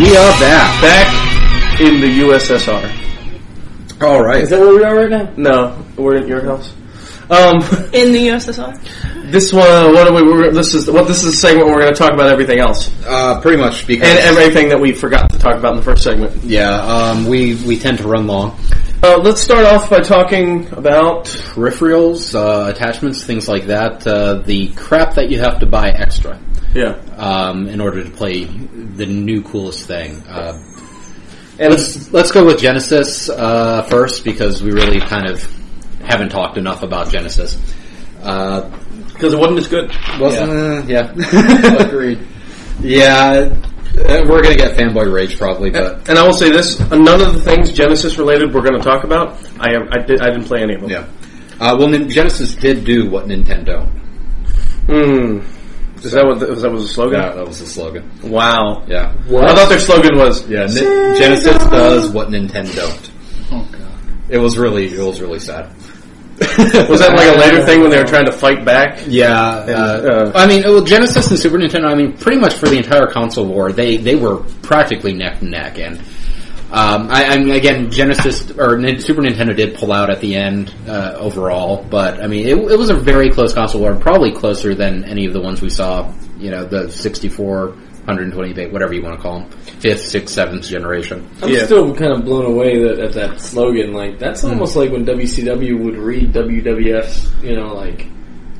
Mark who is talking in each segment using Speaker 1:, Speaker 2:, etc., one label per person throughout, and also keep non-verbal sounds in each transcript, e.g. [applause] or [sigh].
Speaker 1: We are back.
Speaker 2: Back in the USSR.
Speaker 1: All right.
Speaker 3: Is that where we are right now?
Speaker 2: No, we're at your house. Um,
Speaker 4: in the USSR.
Speaker 2: this one, what are we? We're, this is what this is a segment. Where we're going to talk about everything else
Speaker 1: Uh, pretty much because
Speaker 2: and everything that we forgot to talk about in the first segment.
Speaker 1: yeah, um, we we tend to run long.
Speaker 2: Uh, let's start off by talking about
Speaker 1: Peripherals, uh, attachments, things like that. Uh, the crap that you have to buy extra
Speaker 2: yeah.
Speaker 1: um, in order to play the new coolest thing. Uh,
Speaker 2: And
Speaker 1: let's let's go with Genesis uh, first because we really kind of haven't talked enough about Genesis. Uh,
Speaker 2: because it wasn't as good.
Speaker 1: wasn't yeah. [laughs] yeah.
Speaker 3: Agreed.
Speaker 1: Yeah, uh, we're gonna get fanboy rage probably, [laughs] but
Speaker 2: And I will say this: none of the things Genesis related we're going to talk about. I am, I, did, I didn't play any of them.
Speaker 1: yeah. Uh, well, Nin- Genesis did do what Nintendo. uh,
Speaker 2: Mm. Is that what the, was that was the slogan?
Speaker 1: That, that was the slogan.
Speaker 2: Wow.
Speaker 1: Yeah,
Speaker 2: I thought their slogan was
Speaker 1: yeah. Ni- Genesis does what Nintendo don't. It was really, it was really sad.
Speaker 2: was that like a later thing [laughs] when they were trying to fight back?
Speaker 1: Yeah, uh,
Speaker 2: uh,
Speaker 1: I mean, well, Genesis and Super Nintendo. I mean, pretty much for the entire console war, they they were practically neck and neck. And um, I, I mean, again, Genesis or Nin- Super Nintendo did pull out at the end uh, overall, but I mean, it, it was a very close console war, probably closer than any of the ones we saw. You know, the 64, 120 bit, whatever you want to call them, fifth, sixth, seventh generation.
Speaker 3: I'm
Speaker 2: Yeah.
Speaker 3: still kind of blown away that at that slogan. Like that's
Speaker 1: Hmm.
Speaker 3: almost like when WCW would read WWF's, you know, like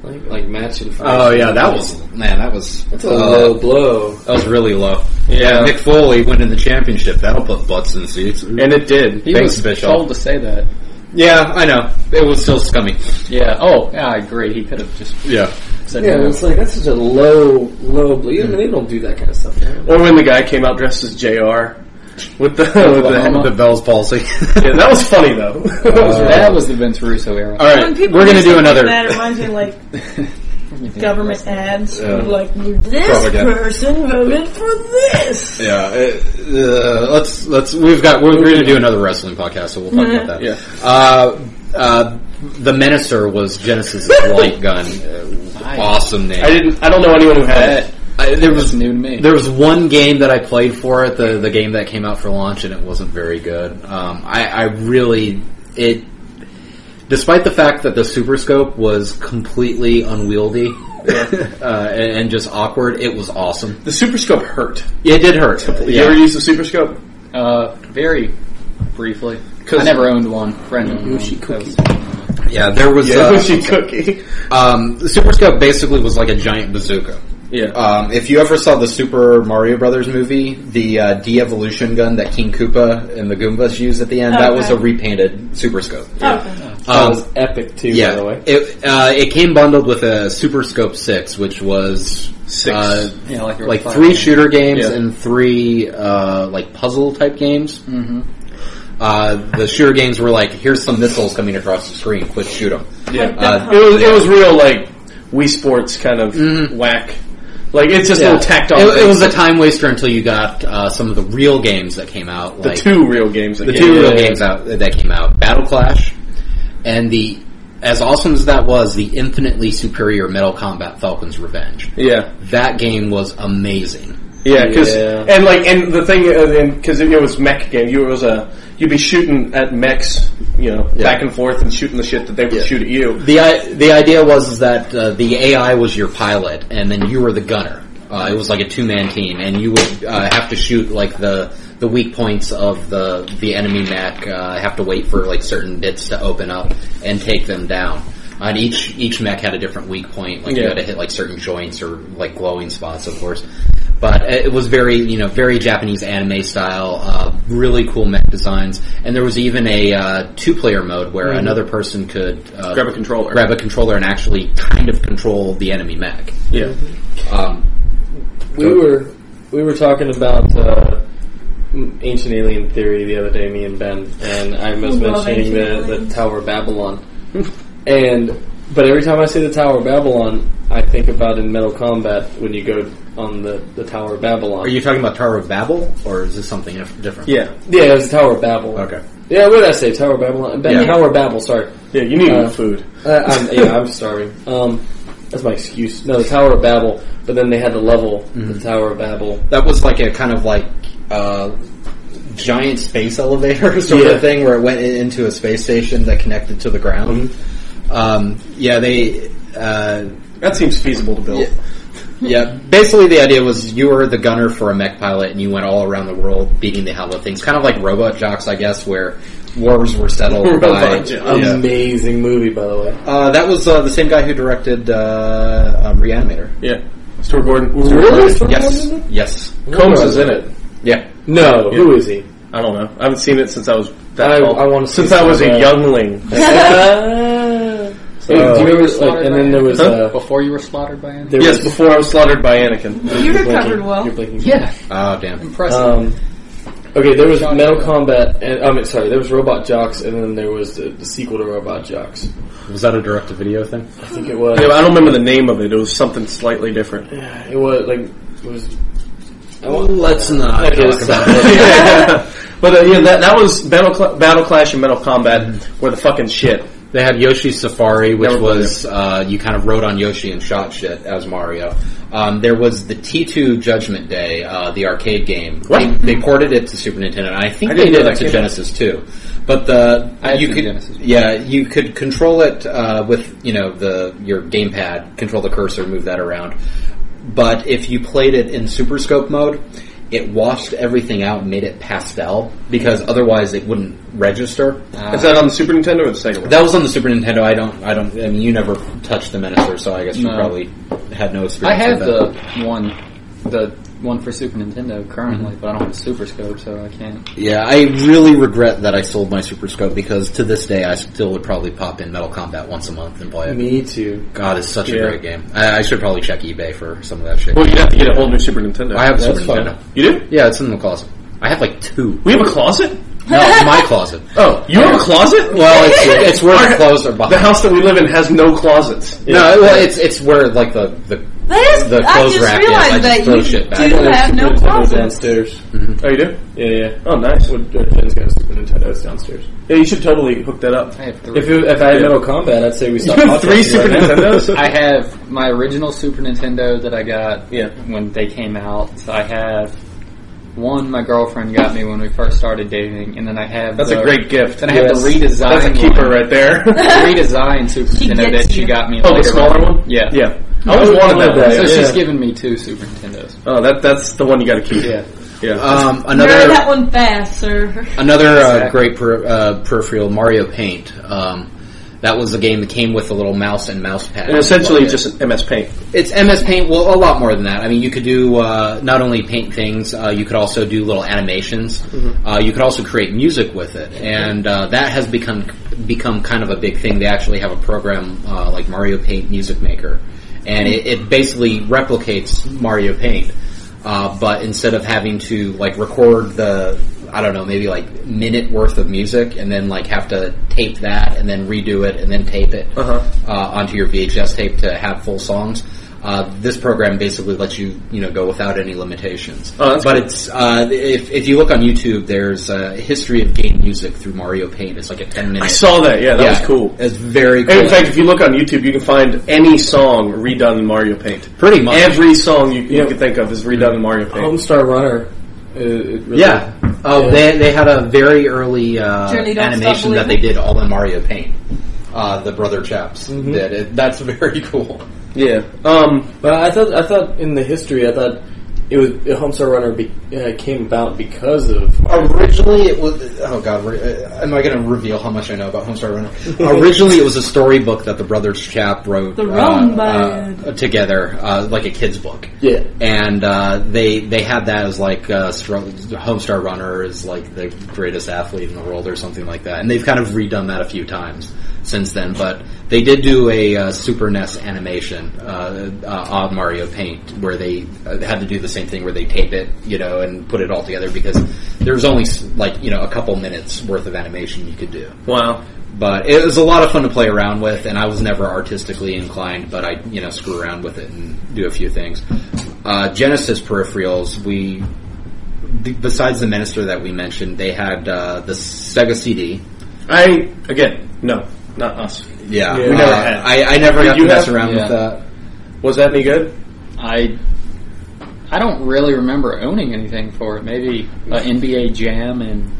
Speaker 3: like like match information.
Speaker 1: Oh yeah, that was man, that was
Speaker 3: that's a
Speaker 1: uh,
Speaker 3: low blow.
Speaker 1: That was really low.
Speaker 2: Yeah.
Speaker 1: Mick Foley winning the championship. That'll put butts in seats.
Speaker 2: And it did.
Speaker 5: He
Speaker 1: Thanks,
Speaker 5: was
Speaker 1: Bishop.
Speaker 5: told to say that.
Speaker 1: Yeah, I know. It was still scummy.
Speaker 5: Yeah. Oh, yeah, I agree. He could have just
Speaker 1: Yeah.
Speaker 5: said
Speaker 3: Yeah,
Speaker 5: no.
Speaker 3: it's like that's such a low low blow. I mean, they don't do that kind of stuff. Now.
Speaker 2: Or when the guy came out dressed as Jr. with the, [laughs] with the
Speaker 5: Oklahoma.
Speaker 1: The Bell's [laughs] palsy.
Speaker 2: yeah, that was funny though. [laughs] That was really-
Speaker 5: that was the Vince Russo era.
Speaker 1: All right,
Speaker 4: When people
Speaker 1: we're gonna
Speaker 4: say
Speaker 1: do
Speaker 4: something
Speaker 1: another.
Speaker 4: like That it reminds me of like government ads.
Speaker 1: Yeah.
Speaker 4: Like this
Speaker 1: Propaganda.
Speaker 4: person voted for this.
Speaker 1: Yeah, uh, uh, let's let's we've got we're, going to do another wrestling podcast, so we'll talk about that.
Speaker 2: Yeah.
Speaker 1: Uh, uh, the Menacer was Genesis' [laughs] light gun. Uh, awesome name.
Speaker 2: I didn't. I don't know anyone who had it.
Speaker 1: I- there was
Speaker 5: uh, new to me.
Speaker 1: There was one game that I played for it, the the game that came out for launch, and it wasn't very good. Um, I, I really it, despite the fact that the Super Scope was completely [laughs] unwieldy uh, and, and just awkward, it was awesome.
Speaker 2: The Super Scope hurt.
Speaker 1: It did hurt.
Speaker 2: You
Speaker 1: Yeah.
Speaker 2: ever use the Super Scope?
Speaker 5: Uh, very briefly.
Speaker 2: 'Cause-
Speaker 5: I never owned one. Friend owned Yoshi one. That was-
Speaker 1: yeah, there was
Speaker 2: Yeah, [laughs]
Speaker 1: uh,
Speaker 2: Bushy Cookie.
Speaker 1: um, the Super Scope basically was like a giant bazooka.
Speaker 2: Yeah.
Speaker 1: Um, if you ever saw the Super Mario Brothers movie, the uh, de-evolution gun that King Koopa and the Goombas used at the end, that was a
Speaker 4: Okay.
Speaker 1: repainted Super Scope.
Speaker 4: Okay.
Speaker 3: That
Speaker 1: Um,
Speaker 3: was epic too.
Speaker 1: yeah,
Speaker 3: by the way.
Speaker 1: it uh, it came bundled with a Super Scope Six, which was
Speaker 2: Six.
Speaker 1: uh,
Speaker 5: yeah, like,
Speaker 1: like three shooter games
Speaker 2: Yeah.
Speaker 1: and three uh, like puzzle type games.
Speaker 5: Mm-hmm.
Speaker 1: Uh, the shooter games were like, here's some missiles coming across the screen, quick shoot them.
Speaker 2: yeah.
Speaker 4: Like
Speaker 1: uh,
Speaker 4: the-
Speaker 2: it was. It was real like Wii Sports kind of
Speaker 1: Mhm.
Speaker 2: whack. Like it's just little tacked on.
Speaker 1: It, it
Speaker 2: things.
Speaker 1: was a time waster until you got uh, some of the real games that came out,
Speaker 2: the
Speaker 1: like
Speaker 2: two real games. That
Speaker 1: the
Speaker 2: came
Speaker 1: two
Speaker 2: out.
Speaker 1: real games out that came out, Battle Clash, and the as awesome as that was, the infinitely superior Metal Combat Falcon's Revenge.
Speaker 2: Yeah.
Speaker 1: That game was amazing.
Speaker 2: Yeah, because
Speaker 3: Yeah.
Speaker 2: and like and the thing because it, it was mech game. You it was a you'd be shooting at mechs, you know,
Speaker 1: Yeah.
Speaker 2: back and forth and shooting the shit that they would
Speaker 1: Yeah.
Speaker 2: shoot at you.
Speaker 1: The i- the idea was is that uh, the AI was your pilot, and then you were the gunner. Uh, it was like a two man team, and you would uh, have to shoot like the the weak points of the the enemy mech. Uh, have to wait for like certain bits to open up and take them down. And each each mech had a different weak point. Like you
Speaker 2: Yeah.
Speaker 1: had to hit like certain joints or like glowing spots, of course. But uh, it was very you know very Japanese anime style. Uh, really cool mech designs, and there was even a uh, two player mode where another person could uh,
Speaker 2: Grab a controller.
Speaker 1: grab a controller and actually kind of control the enemy mech.
Speaker 2: Yeah,
Speaker 1: Um,
Speaker 3: We were we were talking about uh, m- ancient alien theory the other day, me and Ben, and I was
Speaker 4: Love
Speaker 3: mentioning
Speaker 4: ancient
Speaker 3: the, the
Speaker 4: aliens.
Speaker 3: Tower of Babylon. and but every time I see the Tower of Babylon, I think about in Metal Combat when you go on the, the Tower of Babylon.
Speaker 1: are you talking about Tower of Babel, or is this something dif- different?
Speaker 2: yeah,
Speaker 3: yeah, it was the Tower of Babylon.
Speaker 1: Okay.
Speaker 3: Yeah, what did I say? Tower of Babylon. Ben,
Speaker 1: Yeah.
Speaker 3: Tower of Babel. Sorry.
Speaker 2: yeah. You need
Speaker 3: Uh,
Speaker 2: food.
Speaker 3: Uh, I'm, yeah, I'm starving. Um, That's my excuse. No, the Tower of Babel. But then they had to level the
Speaker 1: Mm-hmm.
Speaker 3: Tower of Babel.
Speaker 1: That was like a kind of like uh, giant space elevator [laughs] sort
Speaker 3: Yeah.
Speaker 1: of thing where it went in- into a space station that connected to the ground. Um, yeah, they. Uh,
Speaker 2: That seems feasible to build.
Speaker 1: yeah, yeah, basically the idea was you were the gunner for a mech pilot and you went all around the world beating the hell out of things. Kind of like robot jocks, I guess, where wars were [laughs] settled by. um,
Speaker 2: Robot Jocks.
Speaker 1: Yeah.
Speaker 3: Amazing movie, by the way.
Speaker 1: Uh, that was uh, the same guy who directed uh, um, Reanimator.
Speaker 2: Yeah. Stuart Gordon.
Speaker 3: Stuart
Speaker 1: Yes,
Speaker 3: Gordon?
Speaker 1: yes,
Speaker 2: Combs is in it.
Speaker 1: yeah.
Speaker 3: No, who is he?
Speaker 2: I don't know. I haven't seen it since I was that
Speaker 3: I-
Speaker 2: tall.
Speaker 3: I wanna see
Speaker 2: since I was
Speaker 3: some, uh,
Speaker 2: a youngling.
Speaker 4: [laughs]
Speaker 3: Hey, do you remember? Like, and then there was. Uh,
Speaker 5: Before you were slaughtered by him?
Speaker 3: there
Speaker 2: Yes,
Speaker 3: was,
Speaker 2: before I was slaughtered by Anakin.
Speaker 4: You recovered well.
Speaker 3: You're blinking.
Speaker 5: Yeah.
Speaker 1: Oh damn.
Speaker 5: Impressive.
Speaker 3: Um, okay, there was Metal Combat, and I mean, sorry, there was Robot Jocks, and then there was the, the sequel to Robot Jocks.
Speaker 1: Was that a direct-to-video thing?
Speaker 3: I think it was.
Speaker 2: Yeah, but I don't remember the name of it. It was something slightly different.
Speaker 3: [laughs] It was like it was.
Speaker 1: let's not
Speaker 3: Okay, let's
Speaker 2: [laughs]
Speaker 3: not.
Speaker 2: but uh, yeah, that, that was Battle, Cla- Battle Clash and Metal Combat were the fucking shit.
Speaker 1: They had Yoshi Safari, which
Speaker 2: Never played
Speaker 1: was uh, you kind of rode on Yoshi and shot shit as Mario. Um, there was the T2 Judgment Day, uh, the arcade game.
Speaker 2: What?
Speaker 1: They, they ported it to Super Nintendo, and I think
Speaker 2: I
Speaker 1: they
Speaker 2: didn't know
Speaker 1: did
Speaker 2: that
Speaker 1: it to
Speaker 2: came
Speaker 1: Genesis too. But the
Speaker 5: I had
Speaker 1: you
Speaker 5: seen
Speaker 1: could
Speaker 5: Genesis.
Speaker 1: yeah you could control it uh, with you know the your gamepad, control the cursor, move that around. But if you played it in Super Scope mode. It washed everything out and made it pastel because otherwise it wouldn't register.
Speaker 2: Is that on the Super Nintendo or the Sega? one?
Speaker 1: That was on the Super Nintendo. I don't. I don't. I mean, you never touched the Menacer, so I guess you
Speaker 5: No.
Speaker 1: probably had no
Speaker 5: I
Speaker 1: experience.
Speaker 5: have
Speaker 1: with that.
Speaker 5: the one, the one for Super Nintendo currently, but I don't have a Super Scope, so I can't.
Speaker 1: Yeah, I really regret that I sold my Super Scope because to this day I still would probably pop in Metal Combat once a month and play it.
Speaker 3: Me too.
Speaker 1: God, it's such a
Speaker 2: Yeah.
Speaker 1: great game. I, I should probably check eBay for some of that shit.
Speaker 2: Well, you'd have to get a whole new Super Nintendo.
Speaker 1: I have a Super
Speaker 3: That's fine.
Speaker 1: Nintendo.
Speaker 2: You do?
Speaker 1: Yeah, it's in the closet. I have like two.
Speaker 2: We have a closet?
Speaker 1: No, it's [laughs] my closet.
Speaker 2: Oh, you have a closet?
Speaker 1: Well, it's it's where [laughs]
Speaker 2: Our-
Speaker 1: the clothes are
Speaker 2: The
Speaker 1: behind.
Speaker 2: house that we live in has no closets.
Speaker 1: No, well, it's it's where like the the
Speaker 4: That is,
Speaker 1: The
Speaker 4: I
Speaker 1: clothes
Speaker 4: just
Speaker 1: rack is,
Speaker 4: realized
Speaker 1: I just
Speaker 4: that
Speaker 1: throw
Speaker 4: you
Speaker 1: shit back.
Speaker 4: do
Speaker 1: Yeah,
Speaker 4: have no closets.
Speaker 3: downstairs.
Speaker 2: Oh, you do?
Speaker 3: Yeah, yeah.
Speaker 2: Oh, nice.
Speaker 3: When when Jen's got a Super Nintendo, it's downstairs.
Speaker 2: Yeah, you should totally hook that up.
Speaker 5: I have three.
Speaker 3: If it, if I had
Speaker 2: Yeah.
Speaker 3: Metal Combat, I'd say we
Speaker 2: You
Speaker 3: stopped.
Speaker 2: have three
Speaker 3: podcasting
Speaker 2: Super
Speaker 3: right now.
Speaker 2: Nintendos?
Speaker 5: I have my original Super Nintendo that I got
Speaker 2: Yeah.
Speaker 5: when they came out. I have one my girlfriend got me when we first started dating, and then I
Speaker 2: [laughs]
Speaker 5: have
Speaker 2: That's
Speaker 5: the,
Speaker 2: a great gift.
Speaker 5: Then I have
Speaker 3: Yes.
Speaker 5: the redesign
Speaker 2: That's a keeper
Speaker 5: one.
Speaker 2: right [laughs] there.
Speaker 5: redesign Super
Speaker 4: She
Speaker 5: Nintendo
Speaker 4: gets
Speaker 5: that she
Speaker 4: you.
Speaker 5: got me.
Speaker 2: oh, the
Speaker 5: later
Speaker 2: smaller
Speaker 5: on.
Speaker 2: one?
Speaker 5: Yeah,
Speaker 2: Yeah. I always wanted that one.
Speaker 5: So
Speaker 2: yeah.
Speaker 5: she's given me two Super Nintendos.
Speaker 2: Oh, that, that's the one you gotta keep.
Speaker 5: Yeah.
Speaker 2: Yeah.
Speaker 1: um another
Speaker 4: Narrow that one fast, sir.
Speaker 1: Another uh,
Speaker 5: Exactly.
Speaker 1: great per, uh, peripheral, Mario Paint. Um, that was the game that came with a little mouse and mouse pad.
Speaker 2: and essentially
Speaker 1: Yeah.
Speaker 2: just an MS Paint.
Speaker 1: it's MS Paint. Well, a lot more than that. I mean, you could do uh, not only paint things, uh, you could also do little animations. Uh, you could also create music with it, and uh, that has become become kind of a big thing. They actually have a program uh, like Mario Paint Music Maker, and it, it basically replicates Mario Paint, uh, but instead of having to like record the I don't know, maybe like minute worth of music, and then like have to tape that, and then redo it, and then tape it
Speaker 2: Uh-huh.
Speaker 1: uh, onto your VHS tape to have full songs. Uh, this program basically lets you, you know, go without any limitations.
Speaker 2: Oh, that's
Speaker 1: but
Speaker 2: cool.
Speaker 1: it's uh, if if you look on YouTube, there's a history of game music through Mario Paint. It's like a ten minute.
Speaker 2: I saw that, yeah, that
Speaker 1: yeah,
Speaker 2: was cool.
Speaker 1: It's very cool.
Speaker 2: And in fact, if you look on YouTube, you can find any song redone in Mario Paint.
Speaker 1: pretty much.
Speaker 2: Every song you, you
Speaker 3: Yeah.
Speaker 2: can think of is redone in Mario Paint.
Speaker 3: Homestar Runner. It, it really
Speaker 1: yeah. Oh, they they had a very early uh,
Speaker 4: Journey, don't
Speaker 1: animation
Speaker 4: stop
Speaker 1: that they did all in Mario Paint. Uh, the brother chaps
Speaker 4: Mm-hmm.
Speaker 1: did it. That's [laughs] very cool.
Speaker 2: Yeah. Um,
Speaker 3: But I thought I thought in the history I thought it was Homestar Runner be, uh, came about because of
Speaker 1: Originally, it was. Oh God, we're- uh, am I going to reveal how much I know about Homestar Runner? [laughs] Originally, it was a storybook that the brothers chap wrote
Speaker 4: The Wrong
Speaker 1: uh, together, uh, like a kid's book.
Speaker 3: yeah.
Speaker 1: And uh, they they had that as like uh, stro- Homestar Runner is like the greatest athlete in the world or something like that. And they've kind of redone that a few times since then. But they did do a uh, Super NES animation uh, uh, on Mario Paint where they uh, had to do the same thing where they tape it, you know, and put it all together because there's only s- like you know a couple minutes worth of animation you could do.
Speaker 2: wow.
Speaker 1: But it was a lot of fun to play around with, and I was never artistically inclined, but I, you know, screw around with it and do a few things. Uh, Genesis peripherals, we, b- besides the Minister that we mentioned, they had uh, the Sega CD.
Speaker 2: I, again, no, not us.
Speaker 1: Yeah,
Speaker 3: We never
Speaker 1: uh,
Speaker 2: had.
Speaker 1: I, I never
Speaker 2: Did
Speaker 1: got
Speaker 2: you
Speaker 1: to mess
Speaker 2: have-
Speaker 1: around
Speaker 5: Yeah.
Speaker 1: with that.
Speaker 2: Was that any good? [laughs]
Speaker 5: I I don't really remember owning anything for it. Maybe an NBA Jam, and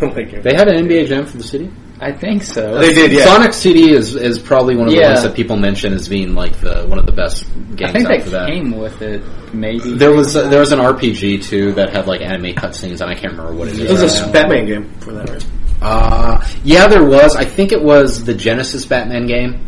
Speaker 2: like,
Speaker 1: They had an NBA Jam for the city.
Speaker 5: I think so.
Speaker 2: They did, yeah.
Speaker 1: Sonic City is, is probably one of the
Speaker 5: Yeah.
Speaker 1: ones that people mention as being like the one of the best games
Speaker 5: I think
Speaker 1: out
Speaker 5: that
Speaker 1: for that.
Speaker 5: came with it. Maybe
Speaker 1: There was a, there was an RPG too that had like anime cutscenes, and I can't remember what it is.
Speaker 2: It was a
Speaker 1: right now.
Speaker 2: Batman game for that, right?
Speaker 1: Uh, yeah, there was. I think it was the Genesis Batman game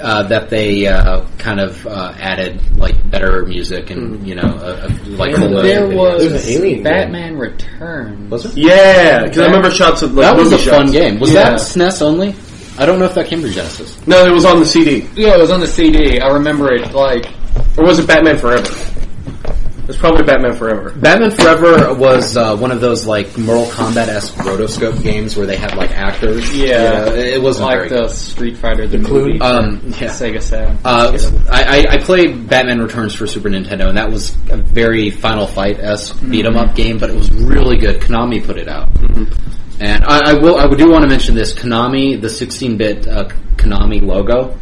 Speaker 1: uh, that they uh, kind of uh, added like better music and you know a, a, like
Speaker 5: And
Speaker 1: hello
Speaker 5: there
Speaker 1: videos.
Speaker 5: was,
Speaker 3: There's an alien game.
Speaker 5: Batman Returns.
Speaker 1: Was it?
Speaker 2: Yeah, because I remember shots of like
Speaker 1: that was a
Speaker 2: movie shots.
Speaker 1: fun game. Was
Speaker 5: Yeah.
Speaker 1: that SNES only? I don't know if that came for Genesis.
Speaker 2: No, it was on the CD.
Speaker 5: Yeah, it was on the CD. I remember it like
Speaker 2: Or was it Batman Forever? It was probably Batman Forever.
Speaker 1: Batman Forever was uh, one of those like Mortal Kombat esque rotoscope games where they had like actors.
Speaker 5: Yeah.
Speaker 1: it it wasn't
Speaker 5: like
Speaker 1: very
Speaker 5: the Street Fighter the, movie.
Speaker 1: good. Um, yeah.
Speaker 5: Sega Saturn.
Speaker 1: Uh, I, I- I played Batman Returns for Super Nintendo, and that was a very Final Fight esque beat 'em up game, but it was really good. Konami put it out, and I, I will I do want to mention this Konami the 16 bit uh, Konami logo.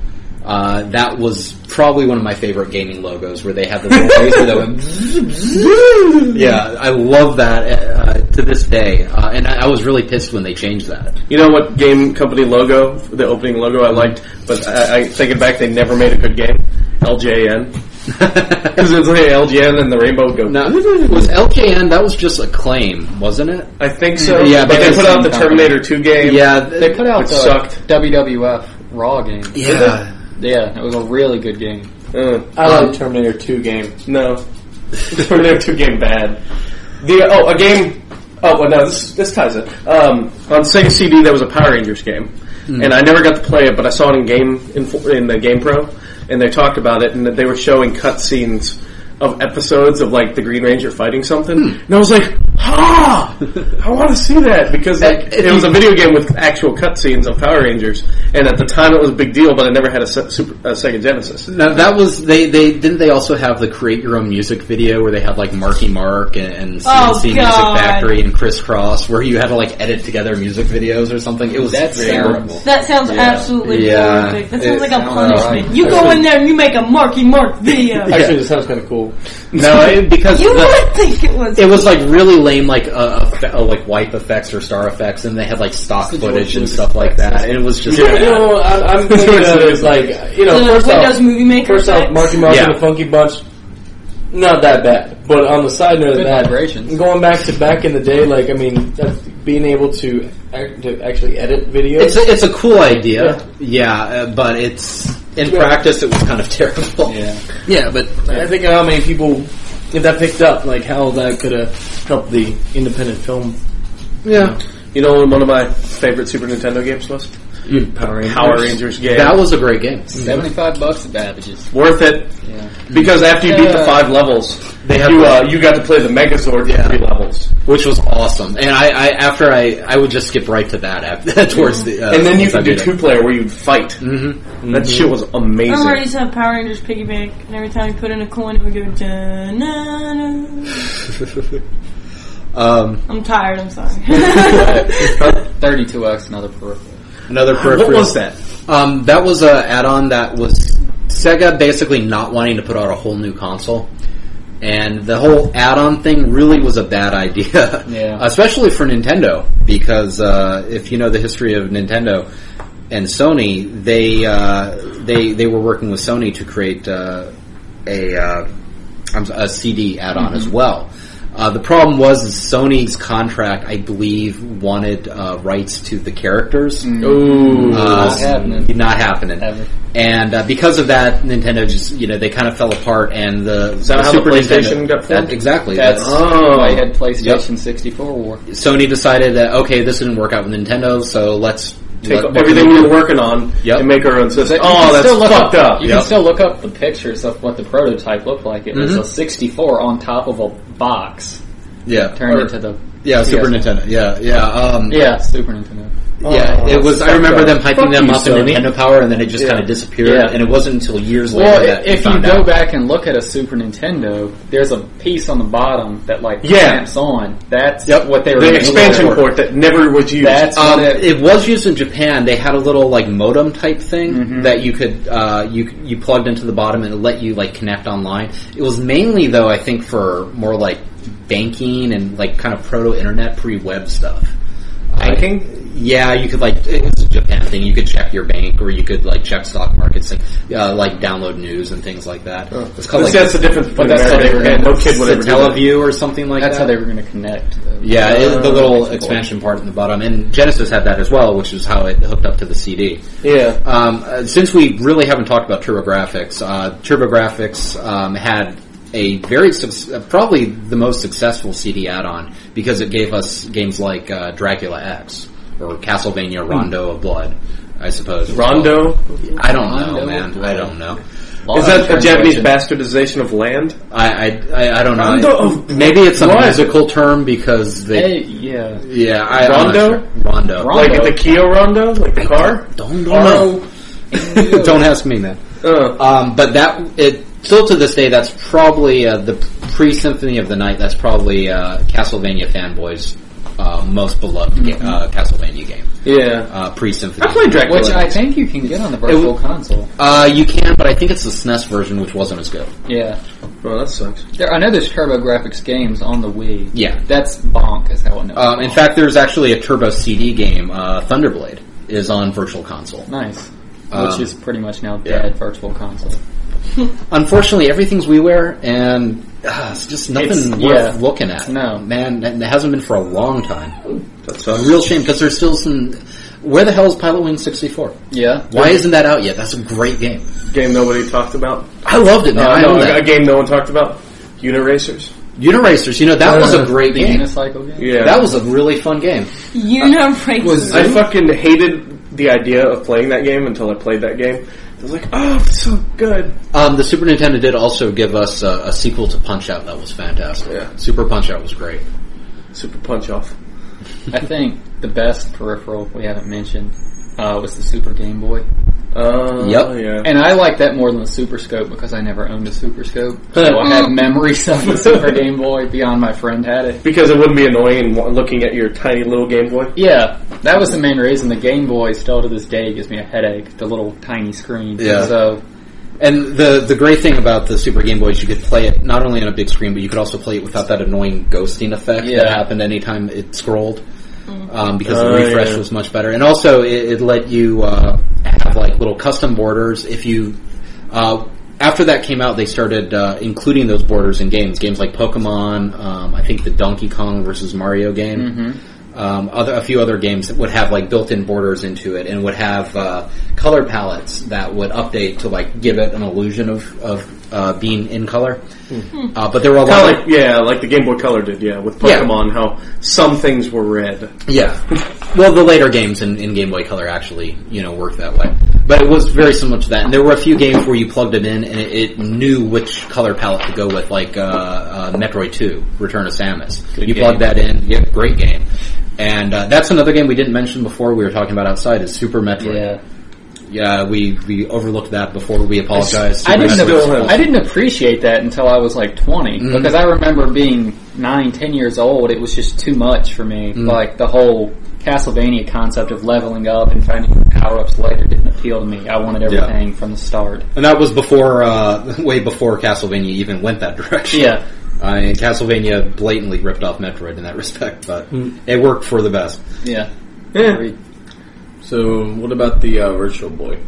Speaker 1: Uh, that was probably one of my favorite gaming logos, where they had the little laser that went. [laughs] zzzz. yeah, I love that uh, to this day, uh, and I, I was really pissed when they changed that. [laughs]
Speaker 2: You know what game company logo, the opening logo I liked, but I, I thinking back, they never made a good game. LJN. Because it's like LJN and the rainbow go.
Speaker 1: now, was LKN? That was just a claim, wasn't it?
Speaker 2: I think so.
Speaker 1: Yeah,
Speaker 2: but
Speaker 1: they
Speaker 2: they
Speaker 1: were
Speaker 2: put out the
Speaker 5: the same company.
Speaker 2: Terminator 2 game.
Speaker 1: Yeah,
Speaker 5: They put out
Speaker 2: Which
Speaker 5: the
Speaker 2: sucked.
Speaker 5: WWF Raw game.
Speaker 1: Yeah,
Speaker 5: Yeah, it was a really good game.
Speaker 2: Uh,
Speaker 3: I like Terminator 2 game. [laughs]
Speaker 2: no. Terminator 2 game bad. The oh a game. Oh well, no, this this ties it. Um, on Sega CD, there was a Power Rangers game,
Speaker 3: Hmm.
Speaker 2: and I never got to play it, but I saw it in game in, in the Game Pro, and they talked about it, and that they were showing cutscenes of episodes of like the Green Ranger fighting something,
Speaker 3: Hmm.
Speaker 2: and I was like, "Ha! I want to see that because like
Speaker 1: Uh, if
Speaker 2: it was
Speaker 1: you-
Speaker 2: a video game with actual cutscenes of Power Rangers, and at the time it was a big deal, but I never had a, Se- super, a Sega Genesis.
Speaker 1: Now that was they. They didn't they also have the create your own music video where they had like Marky Mark and, and
Speaker 4: Oh,
Speaker 1: CNC Music
Speaker 4: God.
Speaker 1: Factory and Criss Cross where you had to like edit together music videos or something. It was
Speaker 5: That
Speaker 1: terrible.
Speaker 5: sounds-
Speaker 4: That sounds absolutely
Speaker 1: Yeah.
Speaker 4: horrific. That
Speaker 1: It
Speaker 4: sounds like a
Speaker 5: sounds
Speaker 4: punishment.
Speaker 5: alright.
Speaker 4: You go in there and you make a Marky Mark video.
Speaker 3: Actually, this sounds kind of cool.
Speaker 1: No, it- because
Speaker 4: You
Speaker 1: the-
Speaker 4: would think it was.
Speaker 1: it was like really lame, like uh, uh, fe- uh, like wipe effects or star effects, and they had like stock footage and stuff like that. And it was just
Speaker 3: You know, I,
Speaker 2: [laughs]
Speaker 3: I'm thinking of it as like, you know,
Speaker 4: the
Speaker 3: first
Speaker 4: Windows
Speaker 3: off,
Speaker 4: Movie Maker.
Speaker 3: first off,
Speaker 4: effects.
Speaker 3: Marky Mark
Speaker 1: Yeah.
Speaker 3: and the Funky Bunch, not that bad. But on the side note of
Speaker 5: Good
Speaker 3: that,
Speaker 5: vibrations.
Speaker 3: going back to back in the day, like, I mean, that's being able to, act, to actually edit videos.
Speaker 1: It's a, it's a cool idea, yeah, uh, but it's in
Speaker 3: Yeah.
Speaker 1: practice it was kind of [laughs] terrible.
Speaker 5: Yeah.
Speaker 1: yeah, but
Speaker 3: I think of how many people, if that picked up, like how that could have helped the independent film.
Speaker 1: yeah,
Speaker 2: You know, what one of my favorite Super Nintendo games was
Speaker 3: Power
Speaker 2: Power Rangers game.
Speaker 1: that was a great game.
Speaker 5: Seventy-five bucks at Babbage's.
Speaker 2: worth it
Speaker 5: Yeah,
Speaker 2: because after you beat the
Speaker 5: Yeah.
Speaker 2: five levels,
Speaker 1: They have
Speaker 2: you
Speaker 1: the-
Speaker 2: uh, you got to play the Megazord
Speaker 1: Yeah.
Speaker 2: for three levels,
Speaker 1: which was awesome. And I, I after I, I would just skip right to that [laughs] after, towards the. Uh,
Speaker 2: and then you
Speaker 1: once I
Speaker 2: could do
Speaker 1: beat it.
Speaker 2: two player where you'd fight.
Speaker 1: Mhm.
Speaker 2: That shit was
Speaker 4: I
Speaker 2: amazing.
Speaker 4: remember I used to have Power Rangers piggy bank, and every time you put in a coin, it would go. "Da-na-na."
Speaker 1: um,
Speaker 4: I'm tired. I'm sorry.
Speaker 5: thirty-two bucks another peripheral.
Speaker 1: another
Speaker 2: what
Speaker 1: peripheral.
Speaker 2: was that?
Speaker 1: Um, that was a add-on that was Sega basically not wanting to put out a whole new console. And the whole add-on thing really was a bad [laughs] idea,
Speaker 5: Yeah.
Speaker 1: especially for Nintendo, because uh, if you know the history of Nintendo and Sony, they uh, they they were working with Sony to create uh, a uh, I'm s- a CD add-on as well. Uh, the problem was is Sony's contract, I believe, wanted uh, rights to the characters. Uh,
Speaker 2: Ooh,
Speaker 5: Not happening.
Speaker 1: Not happening.
Speaker 5: Ever.
Speaker 1: And uh, because of that, Nintendo just you know they kind of fell apart, and the,
Speaker 2: that
Speaker 1: the
Speaker 2: how the
Speaker 1: Super
Speaker 2: PlayStation
Speaker 1: Nintendo
Speaker 2: got formed?
Speaker 1: that- exactly.
Speaker 5: That's
Speaker 1: That's-
Speaker 2: Oh.
Speaker 5: why I had PlayStation sixty-four war.
Speaker 1: Sony decided that okay, this didn't work out with Nintendo, so let's
Speaker 2: take
Speaker 1: let-
Speaker 2: everything we were working on
Speaker 1: Yep.
Speaker 2: and make our own system.
Speaker 5: You
Speaker 2: Oh,
Speaker 5: can
Speaker 2: that's
Speaker 5: still look
Speaker 2: fucked up.
Speaker 5: You
Speaker 1: Yep. Mm-hmm.
Speaker 5: can still look up the pictures of what the prototype looked like. It was a sixty-four on top of a box
Speaker 1: Yeah,
Speaker 5: turned
Speaker 2: Or-
Speaker 5: into the
Speaker 1: Yeah, Super
Speaker 5: Yes.
Speaker 1: Nintendo. Yeah, yeah, um, yeah.
Speaker 5: Yeah, Super Nintendo.
Speaker 1: it was. I remember them hyping
Speaker 2: Oh, Fuck
Speaker 1: them
Speaker 2: you,
Speaker 1: up in
Speaker 2: Sony.
Speaker 1: Nintendo Power, and then it just
Speaker 2: Yeah.
Speaker 1: kind of disappeared.
Speaker 5: Yeah.
Speaker 1: And it wasn't until years
Speaker 5: Well,
Speaker 1: later that we
Speaker 5: if you
Speaker 1: found
Speaker 5: go
Speaker 1: out.
Speaker 5: back and look at a Super Nintendo, there's a piece on the bottom that like
Speaker 2: Yeah.
Speaker 5: clamps on. That's
Speaker 1: Yep.
Speaker 5: what they were
Speaker 2: The
Speaker 5: using
Speaker 2: expansion
Speaker 5: for.
Speaker 2: port that never was used. Uh,
Speaker 5: That's
Speaker 1: Um,
Speaker 5: what it,
Speaker 1: it was used in Japan. They had a little like modem type thing
Speaker 2: Mm-hmm.
Speaker 1: that you could uh, you you plugged into the bottom and it let you like connect online. It was mainly though I think for more like banking and like kind of proto internet pre web stuff.
Speaker 2: Banking?
Speaker 1: Yeah, you could like it's a Japan thing. You could check your bank or you could like check stock markets and uh, like download news and things like that. It's called
Speaker 2: That's,
Speaker 1: like
Speaker 2: that's the difference
Speaker 5: But
Speaker 2: between
Speaker 5: that's how
Speaker 2: America
Speaker 5: they were
Speaker 2: and no kid would ever do that.
Speaker 1: Teleview or something like
Speaker 5: that's
Speaker 1: that.
Speaker 5: how they were going to connect.
Speaker 1: Yeah, it, the little expansion part in the bottom, and Genesis had that as well, which is how it hooked up to the CD.
Speaker 2: Yeah.
Speaker 1: Um, uh, since we really haven't talked about TurboGrafx, uh, TurboGrafx um, had a very suc- uh, probably the most successful CD add-on because it gave us games like uh, Dracula X or Castlevania Rondo of Blood, I suppose.
Speaker 2: Rondo?
Speaker 1: I don't know,
Speaker 5: Rondo of
Speaker 1: man. I
Speaker 5: Blood.
Speaker 1: don't know.
Speaker 2: Is that a Japanese bastardization of land?
Speaker 1: I I, I, I don't know.
Speaker 2: Rondo of Blood.
Speaker 1: Maybe it's a
Speaker 2: Blood.
Speaker 1: musical term because they.
Speaker 5: Hey, yeah.
Speaker 1: Yeah, I, I'm not
Speaker 2: Rondo?
Speaker 1: sure. Rondo.
Speaker 5: Rondo.
Speaker 2: Like the Kia Rondo? Like the car?
Speaker 1: Don't
Speaker 2: Rondo.
Speaker 1: know. [laughs] don't ask me, man.
Speaker 2: Uh,
Speaker 1: Um, but that it still to this day, that's probably uh, the pre Symphony of the Night. That's probably uh, Castlevania fanboys' uh, most beloved ga- uh, Castlevania game.
Speaker 2: yeah.
Speaker 1: Uh, pre Symphony.
Speaker 2: I played Dracula.
Speaker 5: Which I think you can get on the virtual console.
Speaker 1: Uh, you can, but I think it's the SNES version, which wasn't as good.
Speaker 5: Yeah.
Speaker 2: Oh, that sucks.
Speaker 5: There, I know there's TurboGrafx games on the Wii.
Speaker 1: Yeah.
Speaker 5: That's bonk, is how I know.
Speaker 1: Um, in fact, there's actually a Turbo CD game. Uh, Thunderblade is on Virtual Console.
Speaker 5: nice.
Speaker 1: Um,
Speaker 5: Which is pretty much now
Speaker 1: yeah.
Speaker 5: dead virtual console.
Speaker 1: Unfortunately, everything's WiiWare, and uh, it's just nothing
Speaker 5: It's-
Speaker 1: worth
Speaker 5: yeah.
Speaker 1: looking at.
Speaker 5: No.
Speaker 1: man, and it hasn't been for a long time. That's a real shame because there's still some. Where the hell is Pilot Wing 64?
Speaker 5: Yeah.
Speaker 1: Why isn't that out yet? That's a great game.
Speaker 2: Game nobody talked about.
Speaker 1: I loved it. Man.
Speaker 2: Uh,
Speaker 1: I
Speaker 2: no,
Speaker 1: own
Speaker 2: a, a
Speaker 1: that.
Speaker 2: game no one talked about. Uniracers.
Speaker 1: Uniracers. You know that was a great
Speaker 5: the
Speaker 1: game.
Speaker 5: Unicycle game?
Speaker 2: Yeah.
Speaker 1: That was a really fun game.
Speaker 4: You know, right?
Speaker 5: Was
Speaker 2: I fucking hated the idea of playing that game until I played that game. I was like, oh, it's so good.
Speaker 1: Um, the Super Nintendo did also give us a, a sequel to Punch Out that was fantastic.
Speaker 2: Yeah.
Speaker 1: Super Punch Out was great.
Speaker 2: Super Punch Off.
Speaker 5: I think the best peripheral we haven't mentioned uh, was the Super Game Boy.
Speaker 2: Uh,
Speaker 1: Yep.
Speaker 2: Yeah.
Speaker 5: And I like that more than the Super Scope because I never owned a Super Scope. So I have memories of the Super Game Boy beyond my friend had it.
Speaker 2: because it wouldn't be annoying and wa- looking at your tiny little Game Boy.
Speaker 5: Yeah, that was the main reason the Game Boy still to this day gives me a headache, the little tiny screen.
Speaker 1: Yeah.
Speaker 5: So,
Speaker 1: And the the great thing about the Super Game Boy is you could play it not only on a big screen, but you could also play it without that annoying ghosting effect that
Speaker 5: Yeah.
Speaker 1: happened anytime it scrolled, um, because
Speaker 2: Oh,
Speaker 1: the refresh
Speaker 2: yeah.
Speaker 1: was much better. And also, it, it let you uh, have like little custom borders. If you uh, after that came out, they started uh, including those borders in games, games like Pokemon. Um, I think the Donkey Kong versus Mario game
Speaker 2: Mm-hmm.
Speaker 1: um, other, a few other games that would have like built-in borders into it and would have uh, color palettes that would update to like give it an illusion of, of uh, being in color.
Speaker 2: Hmm.
Speaker 1: Uh, but there were a lot
Speaker 2: Kinda
Speaker 1: of
Speaker 2: like yeah, like the Game Boy Color did. Yeah, with
Speaker 1: Yeah.
Speaker 2: Pokemon, how some things were red.
Speaker 1: yeah. Well, the later games in, in Game Boy Color actually you know worked that way, but it was very similar to that. And there were a few games where you plugged it in and it, it knew which color palette to go with, like uh, uh, Metroid Two: Return of Samus. you
Speaker 5: game.
Speaker 1: plugged that in, yeah, great game. And uh, that's another game we didn't mention before. We were talking about outside is Super Metroid.
Speaker 5: yeah.
Speaker 1: Yeah, we, we overlooked that before. We apologize.
Speaker 5: I didn't,
Speaker 2: Super
Speaker 5: appre-
Speaker 2: Nintendo.
Speaker 5: I didn't appreciate that until I was like 20 because I remember being nine, ten years old. It was just too much for me. Like the whole Castlevania concept of leveling up and finding power ups later didn't appeal to me. I wanted everything from the start.
Speaker 1: and that was before, uh, [laughs] way before Castlevania even went that direction.
Speaker 5: Yeah,
Speaker 1: I mean, Castlevania blatantly ripped off Metroid in that [laughs] respect, but it worked for the best.
Speaker 5: yeah.
Speaker 2: Yeah.
Speaker 3: So, what about the uh, Virtual Boy?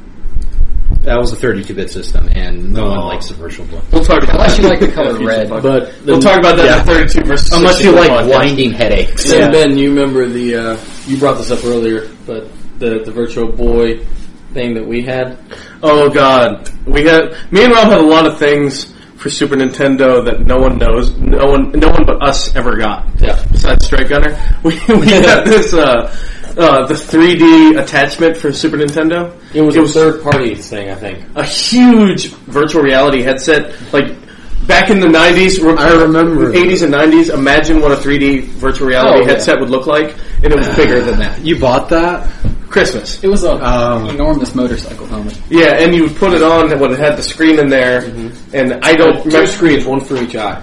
Speaker 1: That was a 32-bit system, and no one
Speaker 2: Oh.
Speaker 1: likes the Virtual Boy.
Speaker 2: We'll talk about
Speaker 5: Unless
Speaker 2: that.
Speaker 5: you
Speaker 2: [laughs]
Speaker 5: like the color
Speaker 2: Future
Speaker 5: red.
Speaker 2: podcast.
Speaker 3: But the,
Speaker 2: we'll talk about that in
Speaker 1: Yeah.
Speaker 2: the 32 versus
Speaker 1: Unless you
Speaker 2: 64
Speaker 1: like
Speaker 2: podcast.
Speaker 1: winding headaches.
Speaker 3: So
Speaker 2: Yeah.
Speaker 3: Ben, you remember the uh, you brought this up earlier, but the the Virtual Boy thing that we had.
Speaker 2: Oh god, we had me and Rob had a lot of things for Super Nintendo that no one knows, no one, no one but us ever got.
Speaker 3: Yeah.
Speaker 2: Besides Strike Gunner, [laughs] we,
Speaker 1: [laughs]
Speaker 2: we had this uh, uh, the 3D attachment for Super Nintendo.
Speaker 3: It was a third party thing, I think.
Speaker 2: a huge virtual reality headset. Like back in the nineties,
Speaker 1: I remember.
Speaker 2: eighties and nineties. Imagine what a three D virtual reality
Speaker 5: Oh, yeah.
Speaker 2: headset would look like, and it was bigger than that.
Speaker 1: You bought that?
Speaker 2: Christmas,
Speaker 5: It was a
Speaker 1: Um,
Speaker 5: enormous motorcycle helmet.
Speaker 2: yeah, and you would put it on when it had the screen in there, and I don't
Speaker 3: Two
Speaker 2: remember.
Speaker 3: screens, one for each eye.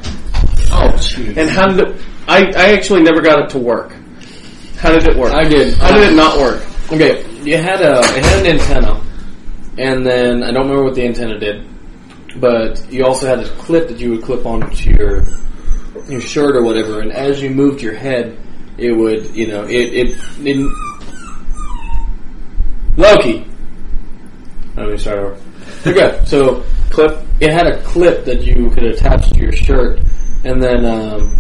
Speaker 5: Oh, jeez.
Speaker 2: And how did it, I? I actually never got it to work. How did it work?
Speaker 3: I did.
Speaker 2: How did it not work?
Speaker 3: Okay, you had a it had an antenna, and then I don't remember what the antenna did, but you also had a clip that you would clip onto your your shirt or whatever, and as you moved your head, it would you know it it didn't. Loki. Let me start over. Okay, so clip. It had a clip that you could attach to your shirt, and then um,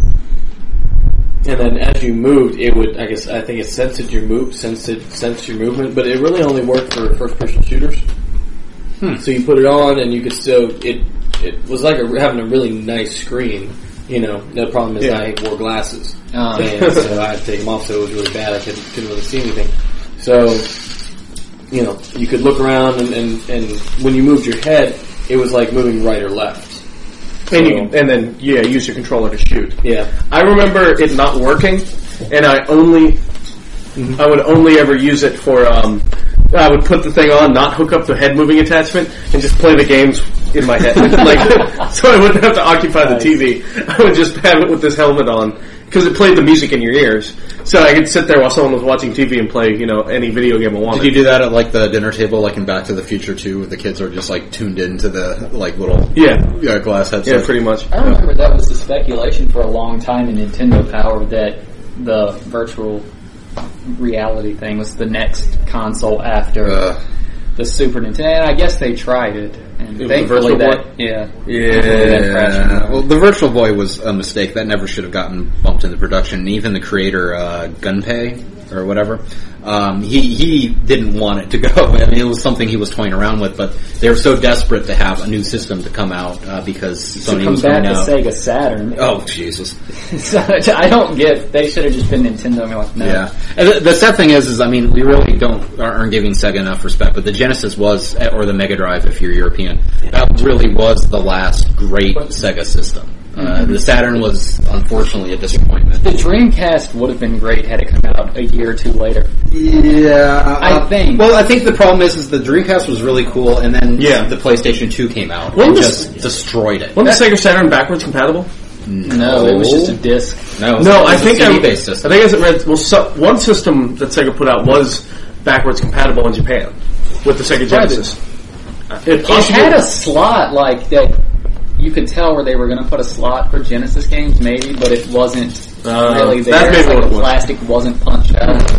Speaker 3: and then as you moved, it would, I guess, I think it sensed your move, sensed, it, sensed your movement, but it really only worked for first person shooters. So you put it on and you could still, it, it was like a, having a really nice screen. You know, the problem is
Speaker 2: Yeah.
Speaker 3: I wore glasses.
Speaker 5: Oh.
Speaker 3: and so I had to take them off, so it was really bad. I couldn't, couldn't really see anything. So, you know, you could look around and, and, and when you moved your head, it was like moving right or left.
Speaker 2: And you, and then yeah, use your controller to shoot.
Speaker 3: Yeah.
Speaker 2: I remember it not working, and I only, I would only ever use it for. Um, I would put the thing on, not hook up the head moving attachment, and just play the games in my head, [laughs] like so I wouldn't have to occupy the TV. I would just have it with this helmet on because it played the music in your ears, so I could sit there while someone was watching TV and play, you know, any video game I wanted.
Speaker 1: Did you do that at like the dinner table, like in Back to the Future too, where the kids are just like tuned into the like little
Speaker 2: yeah,
Speaker 1: yeah, glass headset?
Speaker 2: yeah, pretty much.
Speaker 5: I remember that was the speculation for a long time in Nintendo Power that the virtual reality thing was the next console after
Speaker 1: Uh,
Speaker 5: the Super Nintendo. And I guess they tried it, and
Speaker 2: It was
Speaker 5: thankfully
Speaker 2: the virtual
Speaker 5: that
Speaker 2: boy?
Speaker 5: yeah, That
Speaker 1: yeah.
Speaker 5: crashed.
Speaker 1: Well, the Virtual Boy was a mistake that never should have gotten bumped into production. And even the creator, uh, Gunpei or whatever, um, he he didn't want it to go. [laughs] I mean, it was something he was toying around with, but they were so desperate to have a new system to come out uh, because Sony
Speaker 5: to
Speaker 1: was
Speaker 5: combat
Speaker 1: going
Speaker 5: the
Speaker 1: out.
Speaker 5: Sega Saturn.
Speaker 1: Oh Jesus!
Speaker 5: [laughs] so I don't get. They should have just been Nintendo. and be like, no.
Speaker 1: Yeah, and the, the sad thing is, is I mean, we really don't aren't giving Sega enough respect. But the Genesis was, or the Mega Drive, if you're European, that really was the last great Sega system. Uh, the Saturn was unfortunately a
Speaker 5: The
Speaker 1: disappointment.
Speaker 5: Dreamcast would have been great had it come out a year or two later.
Speaker 1: Yeah, uh,
Speaker 5: I think-
Speaker 1: Well, I think the problem is, is the Dreamcast was really cool, and then
Speaker 2: Yeah.
Speaker 1: the PlayStation Two came out
Speaker 2: Well,
Speaker 1: and
Speaker 2: this-
Speaker 1: just destroyed it.
Speaker 2: Wasn't the Sega Saturn backwards compatible?
Speaker 5: No, it was just a disc.
Speaker 1: No,
Speaker 2: No,
Speaker 1: it
Speaker 2: I
Speaker 1: was a
Speaker 2: think I,
Speaker 1: CD-based system.
Speaker 2: I think as it read, well, so, one system that Sega put out was backwards compatible in Japan with the Sega
Speaker 5: Right.
Speaker 2: Genesis. Uh, It
Speaker 5: It
Speaker 2: possibly-
Speaker 5: had a slot like that. You could tell where they were going to put a slot for Genesis games, maybe, but it wasn't
Speaker 2: Uh,
Speaker 5: really there.
Speaker 2: that may
Speaker 5: It's
Speaker 2: be
Speaker 5: like
Speaker 2: what it
Speaker 5: the
Speaker 2: was.
Speaker 5: plastic wasn't punched out.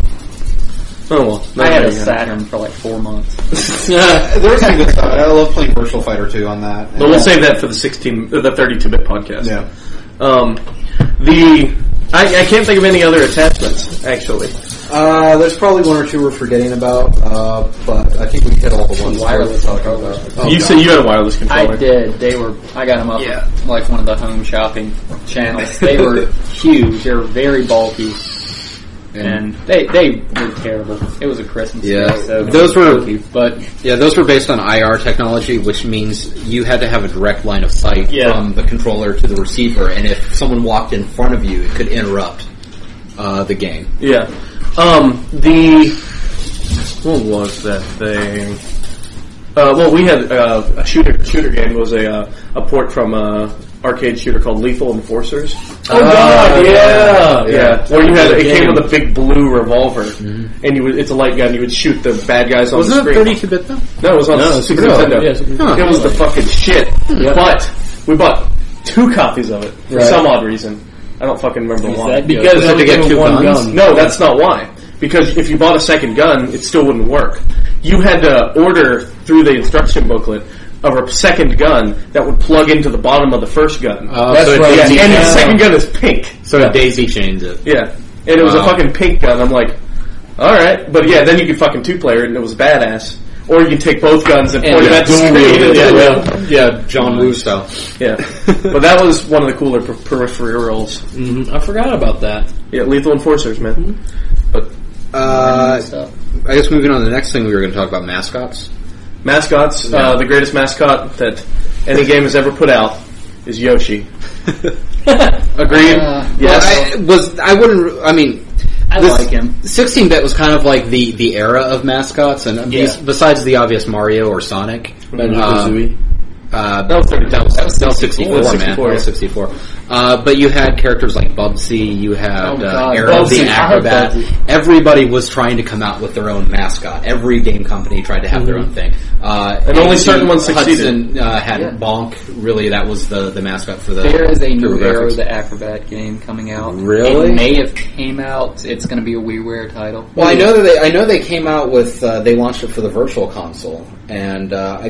Speaker 2: oh well,
Speaker 5: I had a
Speaker 2: yeah.
Speaker 5: Saturn for like four months.
Speaker 1: Yeah, there was some good stuff. Uh, I love playing Virtual Fighter 2 on that.
Speaker 2: [laughs] But we'll save that for the sixteen, uh, the thirty-two bit podcast.
Speaker 1: Yeah.
Speaker 2: Um, the I, I can't think of any other attachments actually.
Speaker 1: Uh, there's probably one or two we're forgetting about, uh, but I think we hit all the ones
Speaker 5: Wireless
Speaker 1: we're talking about. Oh,
Speaker 2: you
Speaker 1: God.
Speaker 2: said you had a wireless controller.
Speaker 5: I did. They were. I got them up
Speaker 2: Yeah.
Speaker 5: like one of the home shopping channels. They were
Speaker 2: [laughs]
Speaker 5: huge. They were very bulky, and they they were terrible. It was a Christmas.
Speaker 1: Yeah.
Speaker 5: day, so
Speaker 1: Those were-
Speaker 5: bulky, but
Speaker 1: yeah, those were based on IR technology, which means you had to have a direct line of sight
Speaker 5: Yeah.
Speaker 1: from the controller to the receiver, and if someone walked in front of you, it could interrupt uh, the game.
Speaker 2: Yeah. Um, the what was that thing? Uh, well, we had uh, a shooter shooter game was a uh, a port from a arcade shooter called Lethal Enforcers. Uh,
Speaker 3: Oh god, yeah!
Speaker 2: yeah, where you had it came
Speaker 3: Game.
Speaker 2: with a big blue revolver,
Speaker 3: Mm-hmm.
Speaker 2: and you would, it's a light gun. You would shoot the bad guys on the
Speaker 1: Wasn't that
Speaker 2: screen.
Speaker 1: 32 bit though?
Speaker 2: No, it was on
Speaker 1: No,
Speaker 2: the
Speaker 1: it's
Speaker 2: Super
Speaker 1: really-
Speaker 2: Nintendo.
Speaker 3: yeah, Super Nintendo.
Speaker 2: It was the fucking shit.
Speaker 3: Yeah.
Speaker 2: But we bought two copies of it for
Speaker 3: Right.
Speaker 2: some odd reason. I don't fucking remember why.
Speaker 5: that good?
Speaker 3: Because
Speaker 1: Had to
Speaker 3: everything
Speaker 1: get
Speaker 3: was
Speaker 1: two
Speaker 3: one
Speaker 1: guns?
Speaker 3: gun.
Speaker 2: No, that's not why. Because if you bought a second gun, it still wouldn't work. You had to order through the instruction booklet of a second gun that would plug into the bottom of the first gun.
Speaker 1: Uh,
Speaker 3: That's
Speaker 1: so it
Speaker 3: right.
Speaker 2: yeah,
Speaker 1: daisy-
Speaker 2: and the second gun is pink.
Speaker 1: So it daisy chains it.
Speaker 2: Yeah, and it was a
Speaker 1: Wow.
Speaker 2: fucking pink gun. I'm like, all right, but yeah, then you could fucking two player it, and it was badass. Or you could take both guns and point them at the screen. and-
Speaker 1: yeah,
Speaker 2: yeah,
Speaker 1: yeah, yeah, John Woo style. [laughs]
Speaker 2: yeah. but that was one of the cooler per- peripherals.
Speaker 3: Mhm, I forgot about that.
Speaker 2: Yeah, lethal enforcers, man.
Speaker 1: Hmm?
Speaker 2: But
Speaker 1: Uh,
Speaker 5: stuff.
Speaker 1: I guess moving on to the next thing, we were going to talk about mascots.
Speaker 2: mascots, uh, the greatest mascot that any game has ever put out is
Speaker 1: [laughs]
Speaker 2: Yoshi. Agreed.
Speaker 5: Uh,
Speaker 2: yes.
Speaker 1: I was I wouldn't. I mean,
Speaker 5: I
Speaker 1: this-
Speaker 5: like him.
Speaker 1: 16-bit was kind of like the, the era of mascots, and bes- besides the obvious Mario or Sonic, uh, uh, that was that was, 64, man. That was 64. Uh, but you had characters like Bubsy, you
Speaker 5: Oh
Speaker 1: had
Speaker 5: my
Speaker 1: uh,
Speaker 5: God,
Speaker 1: Arrow
Speaker 5: Bubsy.
Speaker 1: the
Speaker 5: I heard
Speaker 1: Acrobat.
Speaker 5: Bubsy.
Speaker 1: Everybody was trying to come out with their own mascot. Every game company tried to have their
Speaker 5: Mm-hmm.
Speaker 1: own thing, uh,
Speaker 2: And only
Speaker 1: AMC
Speaker 2: certain ones succeeded.
Speaker 1: Hudson uh, had
Speaker 5: Yeah.
Speaker 1: Bonk. Really, that was the, the mascot for the.
Speaker 5: There is a new
Speaker 1: TurboGrafx.
Speaker 5: Arrow the Acrobat game coming out.
Speaker 1: Really?
Speaker 5: It may have came out. It's going to be a WiiWare title.
Speaker 1: Well, I know that they, I know they came out with uh, they launched it for the virtual console, and uh, I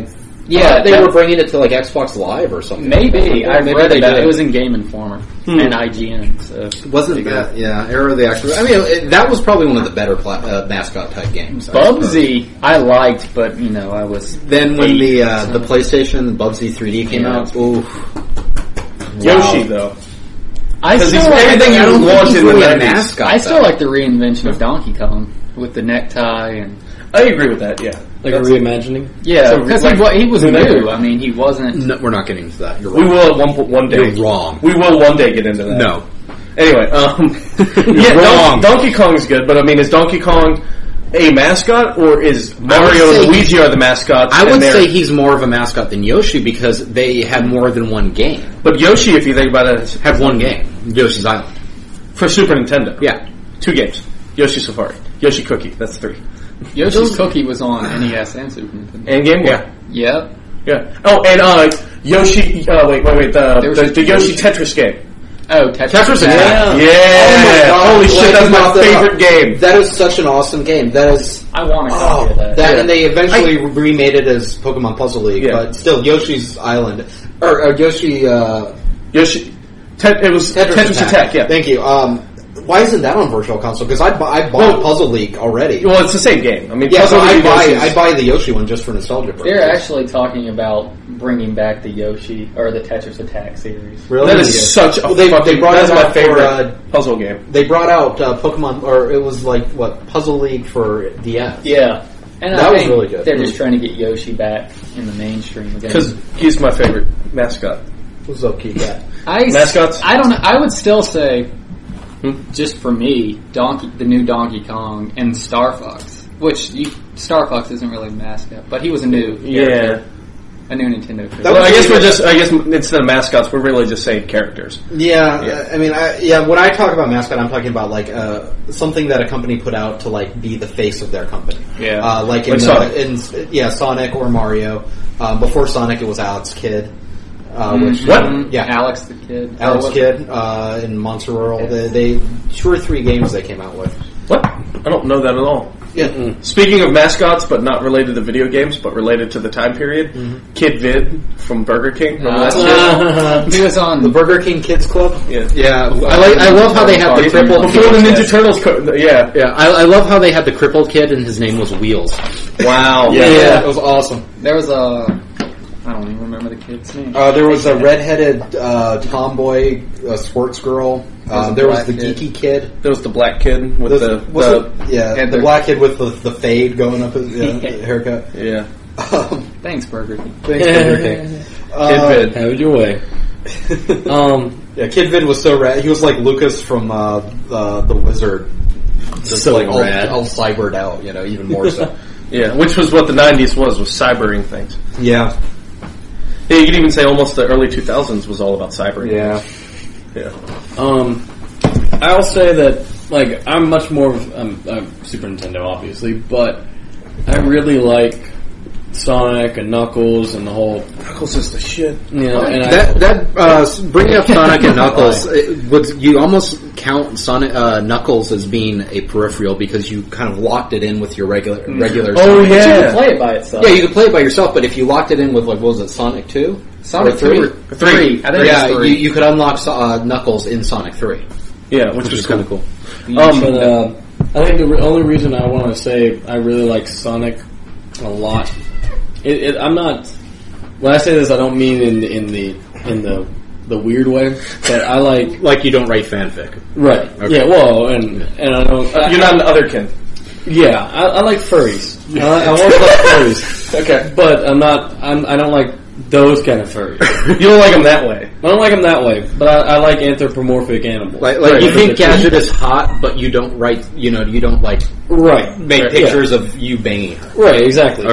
Speaker 5: Yeah,
Speaker 1: thought they
Speaker 5: that-
Speaker 1: were bringing it to like Xbox Live or something.
Speaker 5: Maybe. I
Speaker 1: Maybe
Speaker 5: read
Speaker 1: they
Speaker 5: about
Speaker 1: did.
Speaker 5: it. It was in Game Informer
Speaker 2: Hmm.
Speaker 5: and IGN. So.
Speaker 1: Wasn't that yeah? Arrow the actual. I mean, it, that was probably one of the better pla- uh, mascot type games. I suppose.
Speaker 5: Bubsy, I liked, but you know, I was
Speaker 1: Then when the uh, the PlayStation Bubsy 3D came out, ooh,
Speaker 2: Yoshi though.
Speaker 5: I
Speaker 2: he's
Speaker 5: still like,
Speaker 2: everything
Speaker 1: I
Speaker 2: you
Speaker 1: don't
Speaker 2: want
Speaker 1: think he's
Speaker 2: in the
Speaker 1: really a
Speaker 2: 90s.
Speaker 1: mascot.
Speaker 5: I still
Speaker 1: though.
Speaker 5: like the reinvention of Donkey Kong with the necktie and
Speaker 2: I agree with that. Yeah.
Speaker 3: Like a reimagining?
Speaker 5: yeah,
Speaker 2: So,
Speaker 5: because
Speaker 2: like,
Speaker 5: he, wa- he was
Speaker 2: remember-
Speaker 5: new. I mean, he wasn't.
Speaker 1: No, we're not getting into that. You're
Speaker 2: We
Speaker 1: wrong.
Speaker 2: will at one po- one day.
Speaker 1: You're wrong.
Speaker 2: We will one day get into that.
Speaker 1: No,
Speaker 2: Anyway, um,
Speaker 1: [laughs]
Speaker 2: yeah,
Speaker 1: You're wrong.
Speaker 2: Don- Donkey Kong's good, but I mean, is Donkey Kong a mascot or is Mario
Speaker 1: say
Speaker 2: and Luigi are the mascots?
Speaker 1: I
Speaker 2: and
Speaker 1: would
Speaker 2: they're-
Speaker 1: say he's more of a mascot than Yoshi because they had more than one game.
Speaker 2: but Yoshi, if you think about it,
Speaker 1: Had one game, Yoshi's Island.
Speaker 2: for Super Nintendo,
Speaker 1: Yeah,
Speaker 2: two games: Yoshi Safari, Yoshi Cookie. That's three,
Speaker 5: Yoshi's Cookie was on NES and Super Nintendo.
Speaker 2: and Game Boy. Yeah.
Speaker 5: Yep.
Speaker 2: Oh, and uh, Yoshi. Uh, wait, wait, wait.
Speaker 5: There
Speaker 2: The,
Speaker 5: was
Speaker 2: the,
Speaker 5: a-
Speaker 2: the Yoshi Tetris game.
Speaker 5: Oh, Tetris.
Speaker 1: Tetris Oh
Speaker 5: Attack.
Speaker 1: Attack.
Speaker 2: Yeah. Holy shit, that's my favorite game.
Speaker 1: uh, That is such an awesome game. That is
Speaker 5: I want a
Speaker 1: Oh,
Speaker 5: copy of
Speaker 1: that,
Speaker 5: that.
Speaker 1: and they eventually remade it as Pokemon Puzzle League,
Speaker 2: Yeah.
Speaker 1: but still Yoshi's Island or, or Yoshi uh,
Speaker 2: Yoshi. Tet it was
Speaker 1: Tetris,
Speaker 2: Tetris, Attack. Yeah.
Speaker 1: Thank you. Um, why isn't that on Virtual Console? Because I, bu- I bought
Speaker 2: Well-
Speaker 1: Puzzle League already.
Speaker 2: well, it's the same game. I mean,
Speaker 1: yeah, so
Speaker 2: Puzzle
Speaker 1: I
Speaker 2: League
Speaker 1: buy
Speaker 2: Yoshi's-
Speaker 1: I buy the Yoshi one just for nostalgia purposes.
Speaker 5: They're actually talking about bringing back the Yoshi or the Tetris Attack series.
Speaker 1: really
Speaker 2: That is such a
Speaker 1: Well, they,
Speaker 2: fucking.
Speaker 1: they brought
Speaker 2: that's
Speaker 1: it
Speaker 2: my
Speaker 1: out for,
Speaker 2: favorite
Speaker 1: uh,
Speaker 2: puzzle game.
Speaker 1: they brought out uh, Pokemon, or it was like what Puzzle League for DS.
Speaker 5: Yeah. And
Speaker 1: That
Speaker 5: I
Speaker 1: was
Speaker 5: think
Speaker 1: really good.
Speaker 5: They're just trying to get Yoshi back in the mainstream again.
Speaker 2: Because he's my favorite mascot.
Speaker 1: What's up, Key Cat?
Speaker 5: I s-
Speaker 2: Mascots?
Speaker 5: I don't. know. I would still say, just for me, Donkey, the new Donkey Kong, and Star Fox. Which you, Star Fox isn't really a mascot, but he was a new,
Speaker 2: Yeah.
Speaker 5: a new Nintendo. Character.
Speaker 1: That
Speaker 2: Well,
Speaker 1: was
Speaker 2: I guess we're
Speaker 1: really-
Speaker 2: just, I guess instead of mascots, we're really just saying characters.
Speaker 1: Yeah,
Speaker 2: Yeah.
Speaker 1: I I mean, I, yeah. When I talk about mascot, I'm talking about like uh, something that a company put out to like be the face of their company.
Speaker 2: Yeah.
Speaker 1: uh, like in,
Speaker 2: Like
Speaker 1: the-
Speaker 2: Sonic.
Speaker 1: in yeah Sonic or Mario. Um, before Sonic, it was Alex Kidd. Uh, which,
Speaker 2: What?
Speaker 1: Yeah.
Speaker 5: Alex the Kid.
Speaker 1: Alex
Speaker 5: Or was-
Speaker 1: Kidd uh, in Monster World. They, they two or three games they came out with.
Speaker 2: What? I don't know that at all.
Speaker 1: Yeah,
Speaker 2: Speaking of mascots, but not related to video games, but related to the time period,
Speaker 1: Mm-hmm.
Speaker 2: Kid Vid from Burger King. Remember that shit?
Speaker 5: He was on
Speaker 1: the Burger King Kids Club.
Speaker 2: [laughs] Yeah.
Speaker 1: Uh-huh. Yeah, I like. I love how they had the crippled.
Speaker 2: Before the Ninja
Speaker 1: kid.
Speaker 2: Turtles, co- yeah.
Speaker 1: Yeah, I, I love how they had the crippled kid, and his name was Wheels.
Speaker 2: Wow.
Speaker 1: Yeah,
Speaker 2: Yeah.
Speaker 1: it was awesome.
Speaker 5: There was a. I don't even remember the kid's name.
Speaker 1: Uh, there was a redheaded uh, tomboy, uh, sports girl. Uh, there was
Speaker 5: black
Speaker 1: the
Speaker 5: kid.
Speaker 1: geeky kid.
Speaker 2: There was the black kid with
Speaker 1: Those-
Speaker 2: the,
Speaker 1: was
Speaker 2: the
Speaker 1: it- yeah,
Speaker 5: and
Speaker 1: the
Speaker 5: the-
Speaker 1: black kid with the, the fade going up his yeah,
Speaker 5: Yeah.
Speaker 1: haircut. [laughs]
Speaker 2: yeah.
Speaker 1: Um,
Speaker 5: Thanks, Burger King.
Speaker 1: thanks, Burger King. Uh,
Speaker 2: Kid Vid.
Speaker 3: Have it your [laughs] way. Um,
Speaker 1: yeah, Kid Vid was so rad. He was like Lucas from uh, uh, the Wizard. Just
Speaker 3: So
Speaker 1: like all,
Speaker 3: rad.
Speaker 1: all cybered out, you know, even more so.
Speaker 2: Yeah, which was what the '90s was was cybering things.
Speaker 1: yeah,
Speaker 2: Yeah, you could even say almost the early 2000s was all about cybering.
Speaker 1: yeah.
Speaker 2: yeah.
Speaker 3: um, I'll say that, like, I'm much more of, um, I'm Super Nintendo, obviously, but I really like Sonic and Knuckles and the whole,
Speaker 2: Knuckles is the shit.
Speaker 3: you know, and I,
Speaker 1: That that uh, s- bringing up Sonic and
Speaker 2: [laughs]
Speaker 1: Knuckles it, would you almost count Sonic uh, Knuckles as being a peripheral because you kind of locked it in with your regular regular.
Speaker 2: Oh
Speaker 1: Sonic.
Speaker 2: yeah.
Speaker 5: Play it by itself.
Speaker 1: yeah, you could play it by yourself, but if you locked it in with like what was it Sonic Two,
Speaker 5: Sonic
Speaker 1: Or three,
Speaker 5: three. Three. I think
Speaker 1: yeah,
Speaker 5: it's
Speaker 1: you,
Speaker 5: three.
Speaker 1: you could unlock so- uh, Knuckles in Sonic Three,
Speaker 2: Yeah, which,
Speaker 1: which
Speaker 2: was
Speaker 1: is kind of cool.
Speaker 3: Um, but, uh, I think the re- only reason I want to say I really like Sonic a lot. It, it, I'm not. When I say this, I don't mean in in the in the the weird way. But I like
Speaker 1: Like you don't write fanfic.
Speaker 3: right. Yeah. Well, and and I don't. I,
Speaker 2: You're not an otherkin.
Speaker 3: yeah, I, I like furries. I, I always like
Speaker 1: [laughs]
Speaker 3: furries,
Speaker 2: Okay.
Speaker 3: but I'm not. I'm, I don't like those kind of furries. I
Speaker 2: You don't like them that way.
Speaker 3: don't like them that way, but I, I like anthropomorphic animals.
Speaker 1: Like, like
Speaker 2: Right.
Speaker 1: you think Gadget is hot, but you don't write. You know, you don't like
Speaker 3: right.
Speaker 1: make
Speaker 3: right,
Speaker 1: pictures of you banging her.
Speaker 3: yeah. Right, exactly.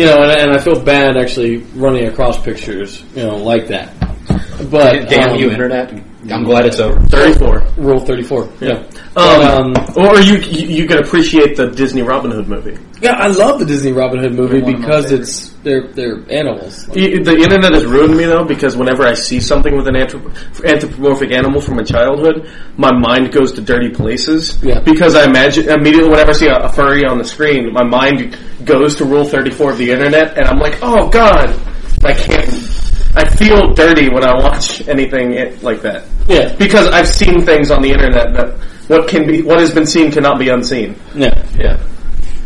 Speaker 3: You know, and, and I feel bad actually running across pictures, you know, like that. But
Speaker 1: Damn
Speaker 3: um,
Speaker 1: you, internet! I'm glad it's over.
Speaker 2: Thirty-four.
Speaker 3: Rule thirty four. Yeah. But,
Speaker 2: Um,
Speaker 3: um,
Speaker 2: or you, you you could appreciate the Disney Robin Hood movie.
Speaker 3: yeah, I love the Disney Robin Hood movie
Speaker 5: One of my
Speaker 3: because it's they're they're animals.
Speaker 2: You- The internet has ruined me though because whenever I see something with an anthrop- anthropomorphic animal from my childhood, my mind goes to dirty places.
Speaker 3: Yeah.
Speaker 2: Because I imagine immediately whenever I see a, a furry on the screen, my mind goes to Rule Thirty Four of the internet, and I'm like, oh god, I can't. I feel dirty when I watch anything it- like that
Speaker 3: Yeah.
Speaker 2: because I've seen things on the internet that what can be what has been seen cannot be unseen.
Speaker 3: Yeah.
Speaker 2: Yeah.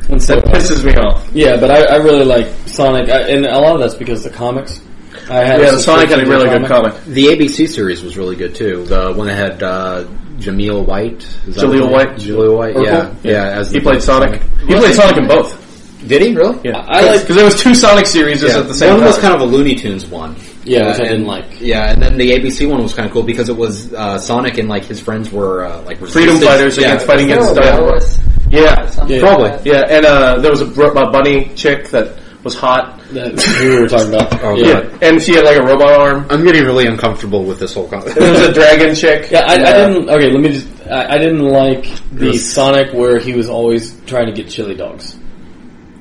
Speaker 3: And so
Speaker 2: Pisses me off.
Speaker 3: yeah, but I, I really like Sonic, I, and a lot of that's because of the comics. I had a
Speaker 2: Yeah, the Sonic had a
Speaker 3: subscription to
Speaker 2: really
Speaker 3: the
Speaker 2: good comic.
Speaker 1: The ABC series was really good too. The one that had uh, Jameel White, Is that
Speaker 2: Jaleel
Speaker 1: his name?
Speaker 2: White.
Speaker 1: Jaleel White.
Speaker 3: Urkel?
Speaker 1: Yeah, yeah. As
Speaker 2: He
Speaker 1: the-
Speaker 2: played Sonic. He played Sonic in both.
Speaker 1: Did he really?
Speaker 2: Yeah,
Speaker 3: I like-
Speaker 2: because there was two Sonic series
Speaker 1: Yeah.
Speaker 2: at the same
Speaker 1: one
Speaker 2: time.
Speaker 1: was kind of a Looney Tunes one.
Speaker 3: Yeah, which I didn't
Speaker 1: and-
Speaker 3: like.
Speaker 1: Yeah, and then the ABC one was kind of cool because it was uh, Sonic and like his friends were uh, like
Speaker 2: Freedom
Speaker 1: resistance-
Speaker 2: fighters
Speaker 1: yeah.
Speaker 2: against fighting against Star Wars.
Speaker 5: Dallas
Speaker 2: Yeah,
Speaker 5: something
Speaker 3: Yeah.
Speaker 5: like
Speaker 1: Probably.
Speaker 5: that.
Speaker 2: yeah, and uh, there was a, bro- a bunny chick that was hot.
Speaker 3: That's who we were
Speaker 2: [laughs]
Speaker 3: talking about.
Speaker 1: Oh,
Speaker 3: yeah.
Speaker 1: God.
Speaker 2: Yeah, and she had like a robot arm.
Speaker 1: I'm getting really uncomfortable with this whole
Speaker 2: There
Speaker 1: concept.
Speaker 2: was a dragon chick.
Speaker 3: Yeah, I, I
Speaker 2: Uh,
Speaker 3: didn't. Okay, let me just. I, I didn't like the
Speaker 1: Yes.
Speaker 3: Sonic where he was always trying to get chili dogs.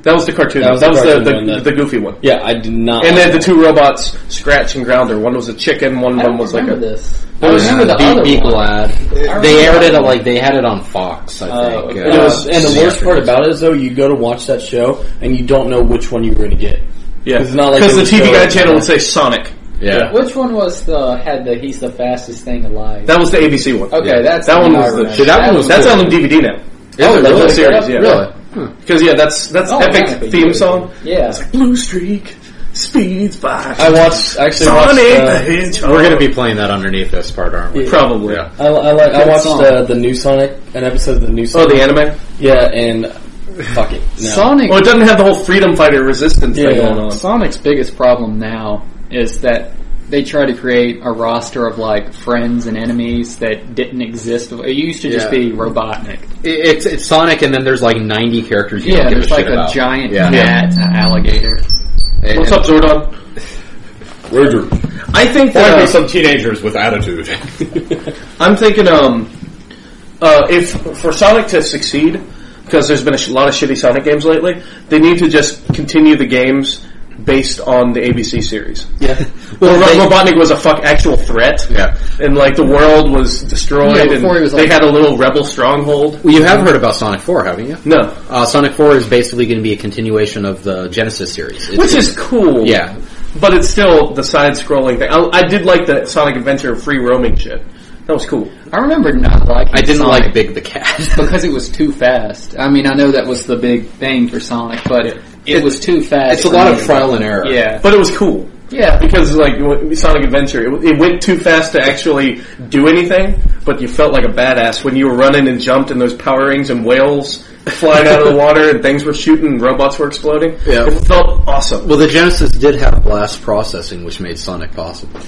Speaker 2: That was the cartoon.
Speaker 3: That was
Speaker 2: That
Speaker 3: the
Speaker 2: was the
Speaker 3: cartoon one
Speaker 2: the,
Speaker 3: that-
Speaker 2: the goofy one.
Speaker 3: Yeah, I did not.
Speaker 2: And
Speaker 3: like
Speaker 2: then the two robots, Scratch and Grounder. One was a chicken. One
Speaker 5: I
Speaker 2: one
Speaker 5: don't
Speaker 2: was like
Speaker 5: remember
Speaker 2: a.
Speaker 5: this.
Speaker 1: It was
Speaker 5: remember the
Speaker 1: Be-
Speaker 5: other
Speaker 1: Be
Speaker 5: one.
Speaker 1: Glad. They aired it at, like they had it on Fox, I
Speaker 5: Oh,
Speaker 1: think.
Speaker 5: okay.
Speaker 3: that.
Speaker 1: Uh,
Speaker 3: It was- and the worst
Speaker 1: yeah.
Speaker 3: part about it is though, you go to watch that show and you don't know which one you were going to get.
Speaker 2: Yeah,
Speaker 3: 'Cause it's not like it
Speaker 2: the
Speaker 3: was
Speaker 2: TV
Speaker 3: so-
Speaker 2: Guide channel would say Sonic.
Speaker 1: Yeah.
Speaker 5: Which one was the had the he's the fastest thing alive?
Speaker 2: That was the ABC one.
Speaker 5: okay,
Speaker 1: yeah.
Speaker 5: that's
Speaker 2: That
Speaker 5: the
Speaker 2: one
Speaker 5: I
Speaker 2: was the.
Speaker 5: remember.
Speaker 1: See, that one was
Speaker 2: that's
Speaker 1: cool.
Speaker 2: on the DVD now.
Speaker 1: Oh,
Speaker 2: The whole
Speaker 1: really?
Speaker 2: series, yeah.
Speaker 1: Really?
Speaker 2: Because yeah, that's that's
Speaker 5: Oh, yeah,
Speaker 2: epic
Speaker 5: but
Speaker 2: theme
Speaker 5: you-
Speaker 2: song.
Speaker 5: Yeah,
Speaker 2: Blue streak, speeds by.
Speaker 3: I watched actually. watched, uh,
Speaker 2: Hedgehog.
Speaker 1: We're gonna be playing that underneath this part, aren't we?
Speaker 2: probably.
Speaker 1: Yeah.
Speaker 3: I, I like. I
Speaker 5: Good
Speaker 3: watched
Speaker 5: song.
Speaker 3: uh, the new Sonic, an episode of the new
Speaker 2: Oh,
Speaker 3: Sonic.
Speaker 2: the anime.
Speaker 3: yeah, and fuck it. No.
Speaker 2: [laughs]
Speaker 5: Sonic.
Speaker 2: Well, it doesn't have the whole freedom fighter resistance thing
Speaker 3: Yeah.
Speaker 2: going on.
Speaker 5: Sonic's biggest problem now is that they try to create a roster of like friends and enemies that didn't exist. It used to just
Speaker 1: Yeah.
Speaker 5: be Robotnik.
Speaker 1: It- It's it's Sonic, and then there's like 90 characters. You
Speaker 5: Yeah,
Speaker 1: don't give
Speaker 5: there's
Speaker 1: a
Speaker 5: like
Speaker 1: shit
Speaker 5: a
Speaker 1: about.
Speaker 5: giant
Speaker 1: Yeah.
Speaker 5: cat, an alligator.
Speaker 1: And-
Speaker 2: What's up, Zordon? I think that uh,
Speaker 1: some teenagers with attitude.
Speaker 2: I'm thinking um, uh, if for Sonic to succeed, because there's been a sh- lot of shitty Sonic games lately, they need to just continue the games based on the ABC series.
Speaker 3: Yeah.
Speaker 2: [laughs] Well, Rob- Robotnik was a fuck actual threat.
Speaker 1: Yeah.
Speaker 2: and like the world was destroyed,
Speaker 5: Yeah,
Speaker 2: and
Speaker 5: before he was,
Speaker 2: they
Speaker 5: like-
Speaker 2: had a little rebel stronghold.
Speaker 1: [laughs] well, you have heard about Sonic 4, haven't you?
Speaker 2: No,
Speaker 1: Uh, Sonic 4 is basically going to be a continuation of the Genesis series. It's-
Speaker 2: which is cool.
Speaker 1: yeah,
Speaker 2: But it's still the side-scrolling thing. I, I did like the Sonic Adventure free roaming shit. That was cool.
Speaker 5: I remember not liking.
Speaker 1: I didn't
Speaker 5: Sonic
Speaker 1: like Big the Cat.
Speaker 5: because it was too fast. I mean, I know that was the big thing for Sonic, but it, was too fast.
Speaker 1: it's a
Speaker 5: for
Speaker 1: lot
Speaker 5: me.
Speaker 1: of trial and error.
Speaker 5: Yeah,
Speaker 2: But it was cool.
Speaker 5: yeah.
Speaker 2: Because like w- Sonic Adventure, it, w- it went too fast to actually do anything, but you felt like a badass when you were running and jumped and those power rings and whales flying out of the water and things were shooting and robots were exploding.
Speaker 1: Yeah.
Speaker 2: It felt awesome.
Speaker 1: Well, the Genesis did have blast processing, which made Sonic possible.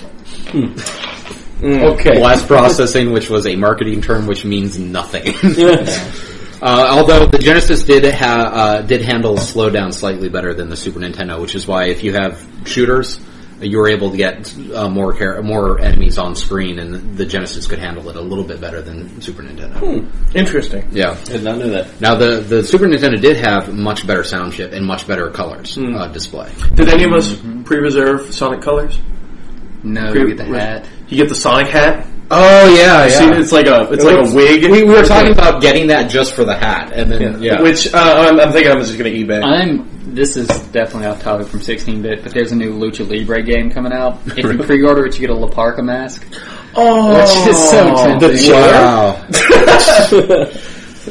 Speaker 3: Okay.
Speaker 1: Blast processing, which was a marketing term, which means nothing.
Speaker 3: [laughs] Yeah.
Speaker 1: Uh, although the Genesis did ha- uh, did handle slowdown slightly better than the Super Nintendo, which is why if you have shooters, you were able to get uh, more char- more enemies on screen, and the Genesis could handle it a little bit better than Super Nintendo.
Speaker 3: Hmm.
Speaker 2: Interesting.
Speaker 1: Yeah.
Speaker 3: Did not know that.
Speaker 1: Now the the Super Nintendo did have much better sound chip and much better colors uh, display.
Speaker 2: Did any of us pre-reserve Sonic Colors?
Speaker 5: No,
Speaker 2: Pre-
Speaker 5: you get the hat.
Speaker 2: You get the Sonic hat.
Speaker 1: Oh yeah,
Speaker 2: See, it's like a it's like
Speaker 1: looks-
Speaker 2: a wig.
Speaker 1: We, we were talking about getting that just for the hat, and then yeah,
Speaker 2: Which uh, I'm, I'm thinking I'm just gonna eBay.
Speaker 5: I'm. This is definitely off topic from 16-bit, but there's a new Lucha Libre game coming out.
Speaker 1: [laughs]
Speaker 5: If you pre-order it, you get a La Parca mask.
Speaker 2: oh,
Speaker 5: Which is so tempting.
Speaker 1: wow,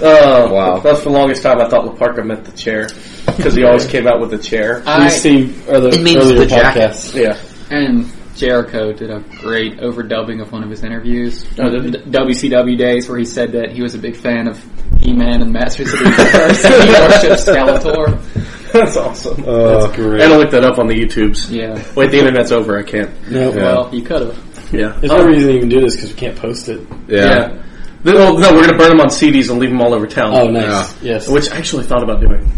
Speaker 2: [laughs] Oh,
Speaker 1: Wow.
Speaker 2: That's the longest time I thought Laparca meant the chair because he always came out with a chair.
Speaker 3: We
Speaker 5: I
Speaker 3: see other
Speaker 1: It means
Speaker 3: earlier
Speaker 1: the jacket.
Speaker 3: podcasts.
Speaker 2: Yeah, [laughs]
Speaker 5: and Jericho did a great overdubbing of one of his interviews.
Speaker 2: Oh, did he?
Speaker 5: D- WCW days where he
Speaker 2: [laughs]
Speaker 5: said that he was a big fan of He-Man and Masters of the Universe. and he worshipped Skeletor.
Speaker 2: That's awesome.
Speaker 6: That's
Speaker 2: I
Speaker 6: great.
Speaker 2: had to look that up on the YouTubes.
Speaker 5: Yeah.
Speaker 2: Wait, the internet's over. I can't.
Speaker 6: No,
Speaker 5: Well, you could have.
Speaker 2: Yeah.
Speaker 6: There's no reason to even do this because we can't post it.
Speaker 2: Yeah. The- oh, no, we're gonna burn them on CDs and leave them all over town.
Speaker 6: Oh, nice. Yes.
Speaker 2: Which I actually thought about doing.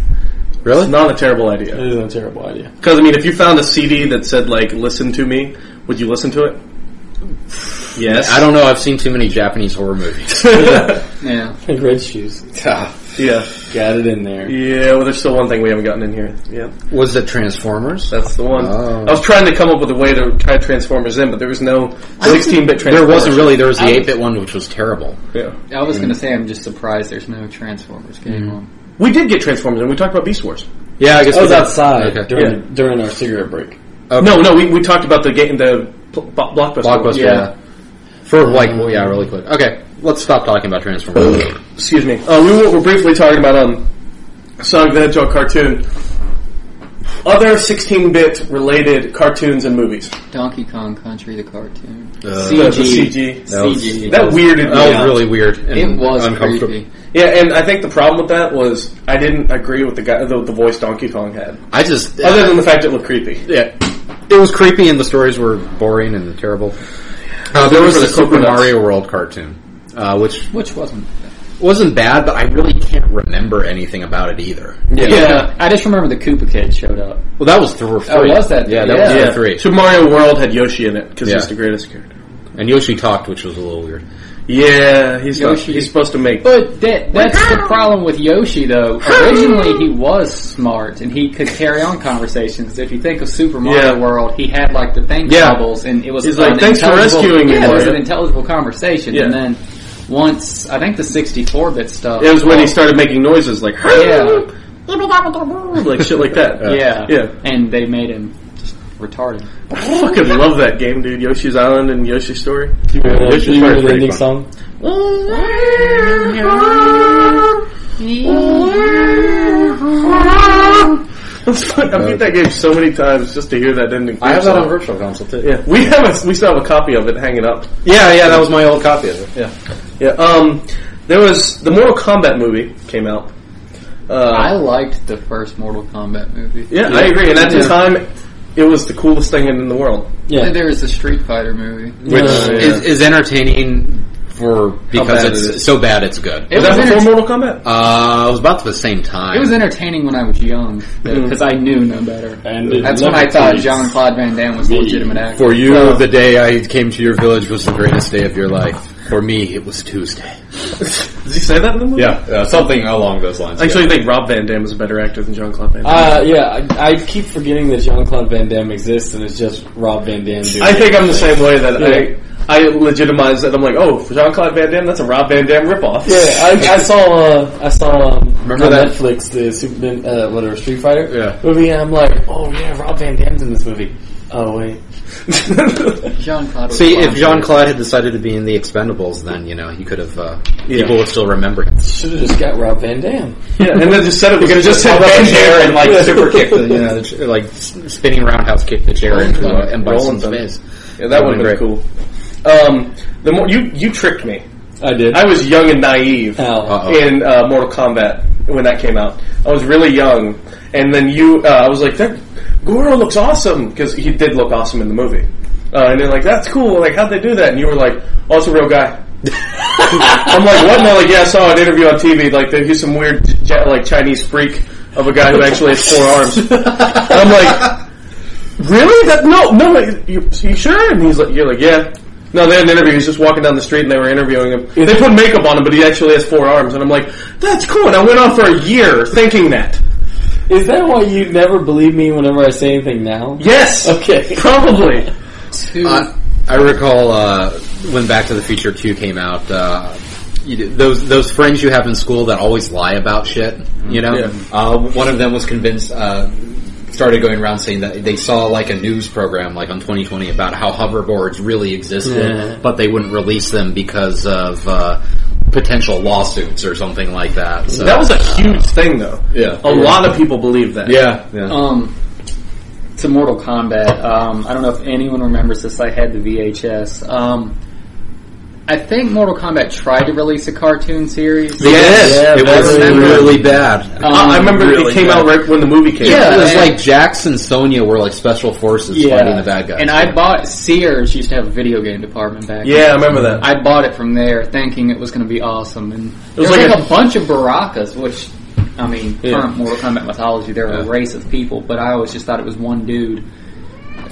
Speaker 1: Really?
Speaker 2: It's not a terrible idea.
Speaker 6: That isn't a terrible idea.
Speaker 2: Because I mean, if you found a CD that said like "Listen to me," would you listen to it? Yes.
Speaker 1: I don't know. I've seen too many Japanese horror [laughs] movies.
Speaker 5: Yeah.
Speaker 6: Red shoes.
Speaker 2: [laughs] yeah.
Speaker 6: Got it in there.
Speaker 2: Yeah. Well, there's still one thing we haven't gotten in here. Yeah.
Speaker 1: Was it Transformers?
Speaker 2: That's the one.
Speaker 1: Oh.
Speaker 2: I was trying to come up with a way to try Transformers in, but there was no 16-bit Transformers.
Speaker 1: There wasn't really. There was the 8-bit one, which was terrible.
Speaker 2: Yeah.
Speaker 5: I was going to say I'm just surprised there's no Transformers game
Speaker 2: Mm-hmm.
Speaker 5: on.
Speaker 2: We did get Transformers, and we talked about Beast Wars.
Speaker 1: Yeah, I guess
Speaker 6: I was outside
Speaker 1: Okay.
Speaker 6: during during our cigarette break.
Speaker 2: No, no, we, we talked about the game, the pl- bo- blockbuster.
Speaker 1: Blockbuster.
Speaker 2: one.
Speaker 1: Yeah. For like, well, yeah, really quick. Okay, let's stop talking about Transformers.
Speaker 2: Excuse me. Uh, we were, were briefly talking about um, Sonic the Hedgehog cartoon. Other 16-bit related cartoons and movies.
Speaker 5: Donkey Kong Country, the cartoon.
Speaker 1: Uh,
Speaker 2: The, the
Speaker 5: CG.
Speaker 2: CG.
Speaker 1: That was-
Speaker 5: CG.
Speaker 2: That weirded me
Speaker 1: That was
Speaker 2: out.
Speaker 1: really weird. And
Speaker 5: It was
Speaker 1: uncomfortable.
Speaker 5: creepy.
Speaker 2: Yeah, and I think the problem with that was I didn't agree with the guy, the, the voice Donkey Kong had.
Speaker 1: I just
Speaker 2: Other than the fact it looked creepy.
Speaker 1: yeah, it was creepy, and the stories were boring and terrible. Uh, there was
Speaker 2: For
Speaker 1: a
Speaker 2: the
Speaker 1: Super
Speaker 2: coconuts.
Speaker 1: Mario World cartoon, uh, which
Speaker 5: Which wasn't.
Speaker 1: wasn't bad, but I really can't remember anything about it either.
Speaker 2: Yeah.
Speaker 5: I just remember the Koopa Kid showed up.
Speaker 1: Well, that was three. or
Speaker 5: Oh,
Speaker 1: three.
Speaker 5: was that-
Speaker 1: Yeah, that
Speaker 5: yeah.
Speaker 1: was three.
Speaker 2: Super Mario World had Yoshi in it because
Speaker 1: Yeah.
Speaker 2: he's the greatest character.
Speaker 1: And Yoshi talked, which was a little weird.
Speaker 2: Yeah, he's not-
Speaker 5: Yoshi.
Speaker 2: he's supposed to make.
Speaker 5: But that, that's the problem with Yoshi, though. Originally, he was smart and he could carry on conversations. If you think of Super Mario
Speaker 2: Yeah.
Speaker 5: World, he had like the thank
Speaker 2: Yeah.
Speaker 5: bubbles, and it was
Speaker 2: He's
Speaker 5: an
Speaker 2: like, "Thanks for
Speaker 5: intelligible-
Speaker 2: rescuing me,
Speaker 5: Yeah, it was
Speaker 2: Mario."
Speaker 5: an intelligible conversation, and
Speaker 2: Yeah.
Speaker 5: then once I think the sixty-four bit stuff. Oh,
Speaker 2: It was when he started making noises like
Speaker 5: Yeah.
Speaker 2: like shit like that.
Speaker 5: yeah,
Speaker 2: yeah.
Speaker 5: and they made him just retarded.
Speaker 2: I fucking love that game, dude. Yoshi's Island and Yoshi's Story. [laughs]
Speaker 6: Do you remember,
Speaker 2: This
Speaker 6: do
Speaker 2: is
Speaker 6: you remember
Speaker 2: pretty
Speaker 6: the ending
Speaker 2: fun.
Speaker 6: song?
Speaker 2: That's fun. I beat that game so many times just to hear that ending.
Speaker 1: I have that on
Speaker 2: song.
Speaker 1: virtual console too.
Speaker 2: Yeah, we have a, we still have a copy of it hanging up.
Speaker 1: yeah, yeah. That was my old copy of it.
Speaker 2: Yeah. Um, there was the Mortal Kombat movie came out.
Speaker 5: I
Speaker 2: Uh,
Speaker 5: liked the first Mortal Kombat movie.
Speaker 2: yeah, I agree. And at the
Speaker 5: Yeah.
Speaker 2: time, it was the coolest thing in the world.
Speaker 6: Yeah.
Speaker 5: There was the Street Fighter movie.
Speaker 1: which
Speaker 6: Yeah.
Speaker 1: is, is entertaining for because
Speaker 2: bad
Speaker 1: it's
Speaker 2: it is.
Speaker 1: so bad it's good.
Speaker 5: It
Speaker 2: Was that
Speaker 5: was,
Speaker 2: before
Speaker 5: enter-
Speaker 2: Mortal Kombat?
Speaker 1: uh, it was about the same time.
Speaker 5: it was entertaining when I was young
Speaker 2: Mm-hmm.
Speaker 5: because I knew no better.
Speaker 6: And it
Speaker 5: That's when
Speaker 6: loved
Speaker 5: I
Speaker 6: it.
Speaker 5: thought Jean Claude Van Damme was a legitimate actor.
Speaker 1: for you, the day I came to your village was the greatest day of your life. For me, it was Tuesday.
Speaker 2: Does he say that in the movie?
Speaker 1: Yeah, uh, something along those lines.
Speaker 2: I actually think Rob Van Dam is a better actor than John Claude Van Damme.
Speaker 6: Uh, yeah, I, I keep forgetting that Jean Claude Van Damme exists, and it's just Rob Van Damme. Doing
Speaker 2: I think I'm the same way that
Speaker 6: Yeah.
Speaker 2: I I legitimize that. I'm like, oh, Jean Claude Van Damme, that's a Rob Van Dam ripoff.
Speaker 6: Yeah, I, I saw uh, I saw um,
Speaker 1: Remember
Speaker 6: on
Speaker 1: that-
Speaker 6: Netflix the Superman uh, whatever Street Fighter
Speaker 1: Yeah.
Speaker 6: movie, and I'm like, oh yeah, Rob Van Damme's in this movie. Oh wait,
Speaker 5: Jean Claude.
Speaker 1: See, if Jean Claude had decided to be in the Expendables, then you know he could have. Uh,
Speaker 2: Yeah.
Speaker 1: People would still remember him.
Speaker 6: should have just got Rob Van Damme.
Speaker 2: [laughs] Yeah, and then just said it. We could have just said
Speaker 1: Up in
Speaker 2: Van
Speaker 1: the chair and
Speaker 2: Damme.
Speaker 1: like super
Speaker 2: [laughs]
Speaker 1: kick, the, you know, the ch- like s- spinning roundhouse kick the chair into uh, M. Bison's
Speaker 2: Rollins.
Speaker 1: face.
Speaker 2: Yeah, that would have
Speaker 1: That'd
Speaker 2: been cool. Um, the more you you tricked me.
Speaker 6: I did.
Speaker 2: I was young and naive.
Speaker 6: How?
Speaker 1: Uh-oh.
Speaker 2: in uh, Mortal Kombat when that came out. I was really young, and then you, uh, I was like, that Goro looks awesome because he did look awesome in the movie. Uh, and they're like, that's cool. Like, how'd they do that? And you were like, oh, it's a real guy. I'm like, what? And they're like, yeah, I saw an interview on TV. Like, they- he's some weird, ja- like Chinese freak of a guy who actually has four arms. and I'm like, really? That no, no. You, you sure? And he's like, you're like, yeah. No, they had an interview. He's just walking down the street, and they were interviewing him. They put makeup on him, but he actually has four arms. And I'm like, that's cool. And I went on for a year thinking that.
Speaker 6: Is that why you never believe me whenever I say anything now?
Speaker 2: Yes,
Speaker 6: Okay.
Speaker 2: [laughs] probably.
Speaker 1: Uh, I recall uh, when Back to the Future 2 came out, uh, you did- those those friends you have in school that always lie about shit, you know?
Speaker 2: Mm-hmm. Yeah.
Speaker 1: Uh, one of them was convinced, uh, started going around saying that they saw like a news program like on 2020 about how hoverboards really existed,
Speaker 6: Yeah.
Speaker 1: but they wouldn't release them because of uh, potential lawsuits or something like that. So.
Speaker 2: That was a huge thing, though.
Speaker 1: Yeah.
Speaker 2: a lot of people believe that.
Speaker 1: yeah, yeah.
Speaker 5: Um, to Mortal Kombat. Um, I don't know if anyone remembers this. I had the VHS. Um, I think Mortal Kombat tried to release a cartoon series.
Speaker 1: Yes,
Speaker 3: Yeah,
Speaker 1: it was
Speaker 3: very
Speaker 1: really bad.
Speaker 5: Um,
Speaker 2: I remember
Speaker 1: really
Speaker 2: it came out right when the movie came
Speaker 1: yeah,
Speaker 2: out.
Speaker 1: it was
Speaker 5: and-
Speaker 1: like Jax and Sonya were like special forces
Speaker 5: Yeah.
Speaker 1: fighting the bad guys.
Speaker 5: And I bought Sears used to have a video game department back.
Speaker 2: Yeah, I remember that.
Speaker 5: I bought it from there, thinking it was going to be awesome, and it
Speaker 2: was
Speaker 5: was,
Speaker 2: like
Speaker 5: like,
Speaker 2: a-
Speaker 5: a, bunch of Barakas, which, I mean,
Speaker 2: Yeah.
Speaker 5: current Mortal Kombat mythology, they're a race of people, but I always just thought it was one dude,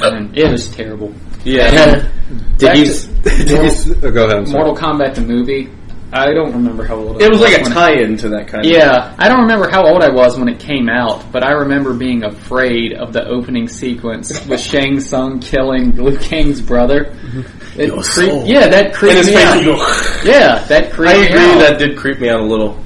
Speaker 5: and it was terrible.
Speaker 3: Yeah. Did
Speaker 5: Back
Speaker 3: you?
Speaker 5: to-
Speaker 3: s-
Speaker 1: [laughs]
Speaker 3: Did you? s- oh, Go ahead. I'm sorry.
Speaker 5: Mortal Kombat the movie, I don't remember how old I
Speaker 2: It was like a
Speaker 5: when it-
Speaker 2: tie-in to that kind of.
Speaker 5: Yeah, I don't remember how old I was when it came out, but I remember being afraid of the opening [laughs] sequence with Shang Tsung killing Liu Kang's brother. It
Speaker 2: Your
Speaker 5: creep-
Speaker 2: soul.
Speaker 5: yeah, that
Speaker 2: In
Speaker 5: creeped
Speaker 2: his
Speaker 5: me
Speaker 2: face, you
Speaker 5: out.
Speaker 2: go.
Speaker 5: Yeah, that um, creeped
Speaker 2: I
Speaker 5: me
Speaker 2: agree.
Speaker 5: out.
Speaker 2: That did creep me out a little